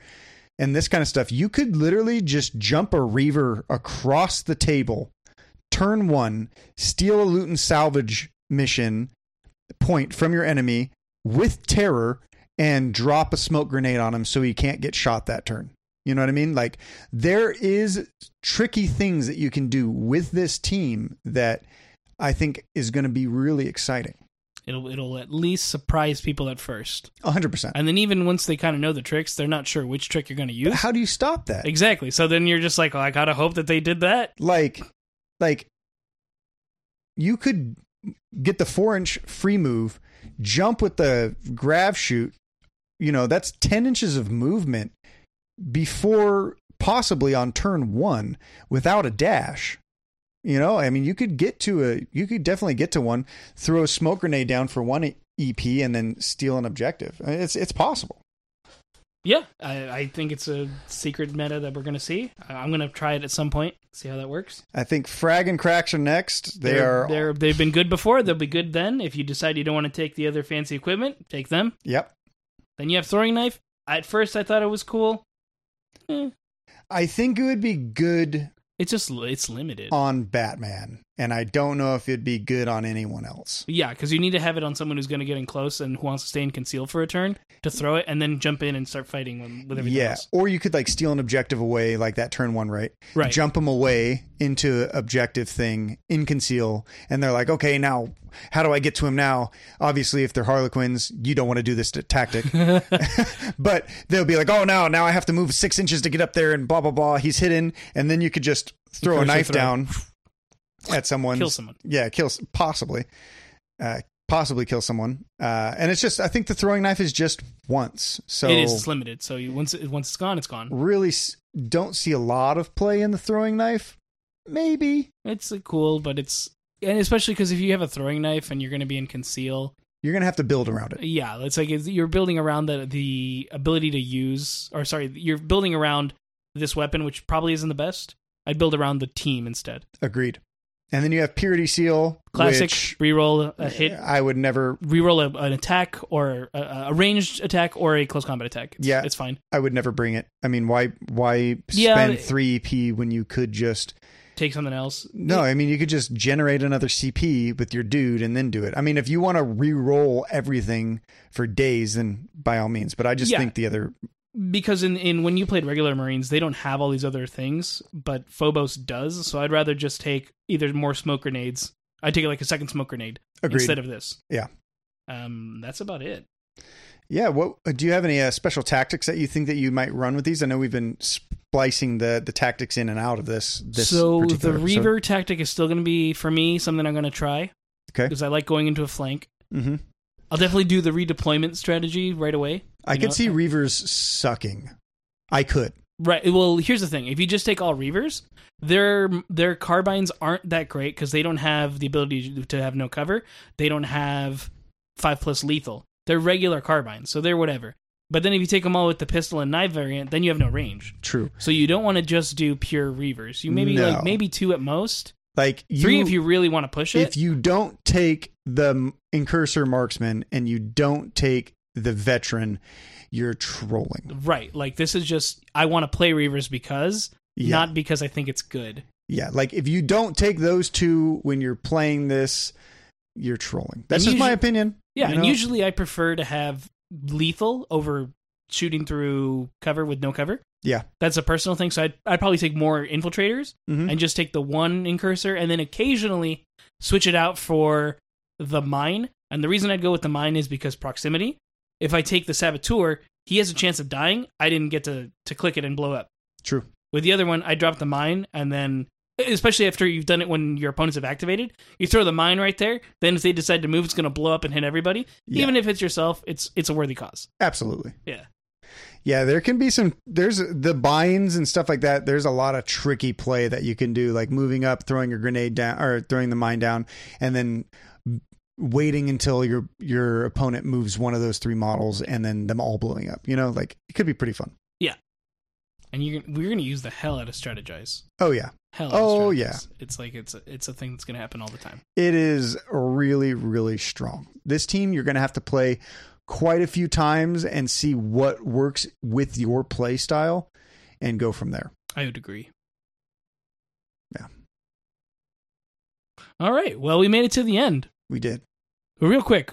S4: and this kind of stuff, you could literally just jump a reaver across the table, turn one, steal a loot and salvage mission point from your enemy with terror, and drop a smoke grenade on him so he can't get shot that turn. You know what I mean? Like there is tricky things that you can do with this team that I think is going to be really exciting.
S3: It'll it'll at least surprise people at first,
S4: 100%.
S3: and then even once they kind of know the tricks, they're not sure which trick you're going to
S4: [LAUGHS]
S3: use.
S4: How do you stop that?
S3: Exactly. So then you're just like, oh, I gotta hope that they did that.
S4: like like you could get the four inch free move jump with the grav shoot you know that's 10 inches of movement before possibly on turn one without a dash you know i mean you could get to a you could definitely get to one throw a smoke grenade down for one ep and then steal an objective I mean, it's it's possible
S3: Yeah, I, I think it's a secret meta that we're gonna see. I- I'm gonna try it at some point, see how that works.
S4: i think frag and cracks are next they
S3: They're-
S4: are
S3: they're they've been good before. They'll be good then. If you decide you don't want to take the other fancy equipment, take them.
S4: yep
S3: Then you have throwing knife. At first, I thought it was cool. Eh,
S4: i think it would be good
S3: it's just li- it's limited.
S4: on Batman, and I don't know if it'd be good on anyone else.
S3: Yeah, because you need to have it on someone who's going to get in close and who wants to stay in conceal for a turn to throw it, and then jump in and start fighting with, with everything
S4: Yeah,
S3: else.
S4: or you could like steal an objective away, like that turn one, right?
S3: Right.
S4: Jump them away into objective thing in conceal, and they're like, okay, now how do I get to him now? Obviously, if they're Harlequins, you don't want to do this
S3: [LAUGHS]
S4: t- tactic, [LAUGHS] but they'll be like, oh no, now I have to move six inches to get up there, and blah blah blah. He's hidden, and then you could just throw a
S3: Throw-
S4: knife
S3: throw-
S4: down at someone,
S3: Kill someone.
S4: yeah kill possibly uh possibly kill someone uh and it's just i think the throwing knife is just once so
S3: it is it's limited. So you, once it, once it's gone, it's gone.
S4: really s- don't see a lot of play in the throwing knife maybe
S3: It's uh, cool, but it's and especially because if you have a throwing knife and you're going to be in conceal,
S4: you're gonna have to build around it
S3: yeah, it's like it's, you're building around the the ability to use, or sorry, you're building around this weapon, which probably isn't the best. I'd build around the team instead.
S4: agreed and then you have purity seal
S3: Classic
S4: which
S3: reroll a hit,
S4: i would never
S3: reroll a, an attack or a, a ranged attack or a close combat attack. It's,
S4: Yeah.
S3: it's fine.
S4: i would never bring it i mean why why
S3: Yeah,
S4: spend
S3: but-
S4: 3 ep when you could just
S3: Take something else.
S4: No, I mean you could just generate another CP with your dude and then do it. I mean, if you want to re-roll everything for days, then by all means. But I just
S3: Yeah.
S4: think the other
S3: because in, in when you played regular marines they don't have all these other things but phobos does so i'd rather just take either more smoke grenades i'd take like a second smoke grenade
S4: agreed.
S3: instead of this
S4: Yeah.
S3: um that's about it
S4: yeah. What do you have any uh, special tactics that you think that you might run with these? I know we've been splicing the the tactics in and out of this. this
S3: so the
S4: particular episode.
S3: reaver tactic is still going to be for me something i'm going to try
S4: Okay.
S3: because i like going into a flank
S4: Mhm.
S3: i'll definitely do the redeployment strategy right away
S4: I
S3: you
S4: could
S3: know-
S4: see reavers sucking. I could.
S3: Right. Well, here's the thing: if you just take all reavers, their their carbines aren't that great because they don't have the ability to have no cover. They don't have five plus lethal. They're regular carbines, so they're whatever. But then if you take them all with the pistol and knife variant, then you have no range.
S4: True.
S3: So you don't want to just do pure reavers. You maybe
S4: No.
S3: like maybe two at most,
S4: Like you,
S3: three if you really want to push it.
S4: if you don't take the m- incursor marksman and you don't take the veteran, you're trolling.
S3: right. Like this is just I want to play reavers because
S4: Yeah.
S3: not because I think it's good.
S4: yeah, like if you don't take those two when you're playing this, you're trolling. That's
S3: And
S4: just my
S3: usu-
S4: opinion.
S3: Yeah,
S4: you
S3: and
S4: know?
S3: usually I prefer to have lethal over shooting through cover with no cover.
S4: Yeah.
S3: That's a personal thing. So I'd, I'd probably take more infiltrators
S4: Mhm.
S3: and just take the one incursor and then occasionally switch it out for the mine. And the reason I'd go with the mine is because proximity. If I take the saboteur, he has a chance of dying. I didn't get to, to click it and blow up.
S4: True.
S3: With the other one, I drop the mine and then especially after you've done it when your opponents have activated, you throw the mine right there, then if they decide to move, it's gonna blow up and hit everybody.
S4: Yeah.
S3: Even if it's yourself, it's it's a worthy cause.
S4: Absolutely.
S3: Yeah.
S4: Yeah, there can be some there's the binds and stuff like that. There's a lot of tricky play that you can do like moving up, throwing a grenade down or throwing the mine down and then waiting until your your opponent moves one of those three models and then them all blowing up. You know, like it could be pretty fun.
S3: and you're we're gonna use the hell out of strategize.
S4: Oh yeah,
S3: Hell, out of
S4: Oh,
S3: strategize. It's like it's a, it's a thing that's gonna happen all the time.
S4: it is really really strong. This team you're going to have to play quite a few times and see what works with your play style and go from there.
S3: I would agree.
S4: Yeah.
S3: All right. Well, we made it to the end.
S4: We did.
S3: Real quick,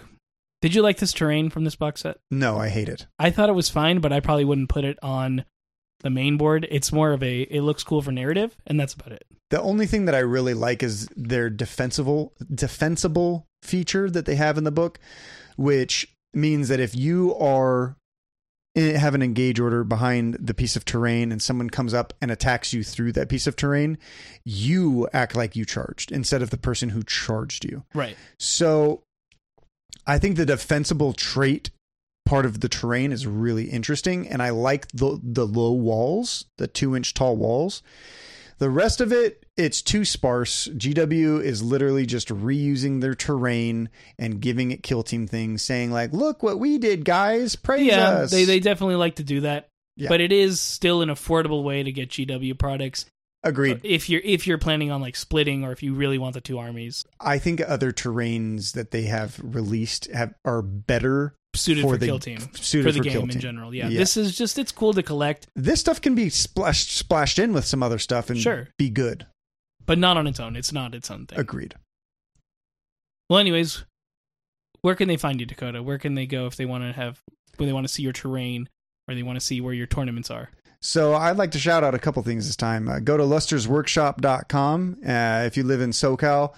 S3: did you like this terrain from this box set?
S4: No, I hate it.
S3: I thought it was fine, but I probably wouldn't put it on the main board. It's more of a it looks cool for narrative, and that's about it.
S4: The only thing that I really like is their defensible defensible feature that they have in the book, which means that if you are eh, have an engage order behind the piece of terrain and someone comes up and attacks you through that piece of terrain, you act like you charged instead of the person who charged you.
S3: Right.
S4: So I think the defensible trait part of the terrain is really interesting and I like the the low walls, the 2-inch tall walls. The rest of it it's too sparse. GW is literally just reusing their terrain and giving it kill team things saying like, "Look what we did, guys. Praise
S3: yeah,
S4: us."
S3: they they definitely like to do that.
S4: Yeah.
S3: But it is still an affordable way to get GW products
S4: Agreed.
S3: if you're if you're planning on like splitting or if you really want the two armies
S4: I think other terrains that they have released have are better
S3: suited for,
S4: the
S3: kill team
S4: suited
S3: for the
S4: for kill
S3: game in
S4: team.
S3: general. Yeah.
S4: Yeah.
S3: this is just it's cool to collect,
S4: This stuff can be splashed splashed in with some other stuff and
S3: Sure.
S4: be good.
S3: but not on its own. It's not its own thing.
S4: Agreed.
S3: Well, anyways, where can they find you, Dakota? Where can they go if they want to have when they want to see your terrain or they want to see where your tournaments are?
S4: So I'd like to shout out a couple things this time. Uh, go to lustersworkshop.com. Uh, if you live in SoCal,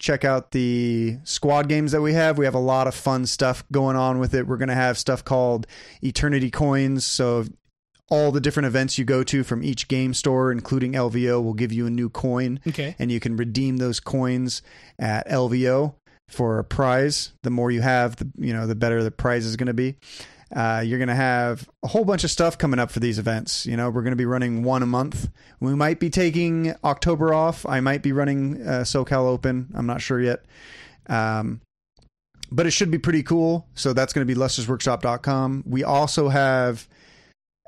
S4: check out the squad games that we have. We have a lot of fun stuff going on with it. We're going to have stuff called Eternity Coins. So all the different events you go to from each game store, including LVO, will give you a new coin.
S3: Okay.
S4: and you can redeem those coins at LVO for a prize. The more you have, the you know, the better the prize is going to be. Uh, you're going to have a whole bunch of stuff coming up for these events. You know, we're going to be running one a month. We might be taking October off. I might be running uh, SoCal Open. I'm not sure yet. Um, but it should be pretty cool. So that's going to be lustersworkshop.com. We also have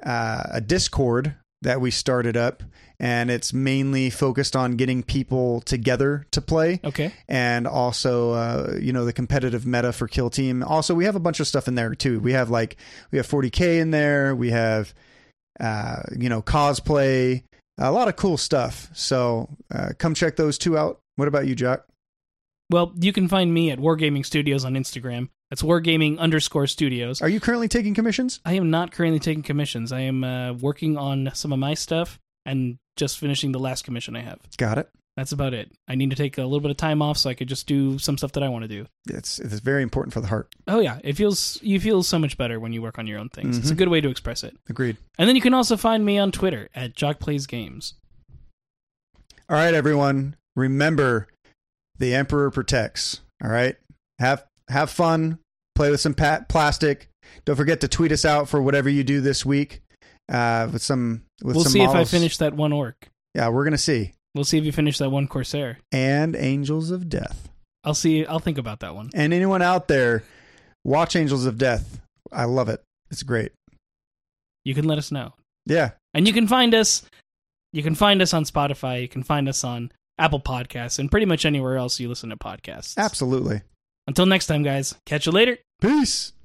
S4: uh, a Discord that we started up, and it's mainly focused on getting people together to play
S3: Okay.
S4: and also uh, you know the competitive meta for kill team also we have a bunch of stuff in there too we have like we have 40k in there we have uh, you know cosplay a lot of cool stuff so uh, come check those two out what about you jock
S3: Well, you can find me at Wargaming Studios on Instagram. That's Wargaming underscore Studios.
S4: are you currently taking commissions
S3: I am not currently taking commissions. I am uh, working on some of my stuff and just finishing the last commission I have.
S4: got it
S3: That's about it. I need to take a little bit of time off so I could just do some stuff that I want to do.
S4: it's it's very important for the heart
S3: Oh yeah, it feels you feel so much better when you work on your own things. It's a
S4: Mhm.
S3: good way to express it.
S4: agreed
S3: And then you can also find me on Twitter at Jock Plays Games.
S4: all right everyone remember the emperor protects all right have have fun play with some pat- plastic don't forget to tweet us out for whatever you do this week uh with some with
S3: we'll
S4: some
S3: see if
S4: models.
S3: I finish that one orc.
S4: yeah we're gonna see
S3: We'll see if you finish that one corsair.
S4: and angels of death
S3: I'll see. I'll think about that one.
S4: and anyone out there watch angels of death i love it it's great
S3: You can let us know.
S4: yeah
S3: And you can find us you can find us on Spotify, you can find us on Apple Podcasts and pretty much anywhere else you listen to podcasts.
S4: absolutely
S3: Until next time guys, catch you later.
S4: peace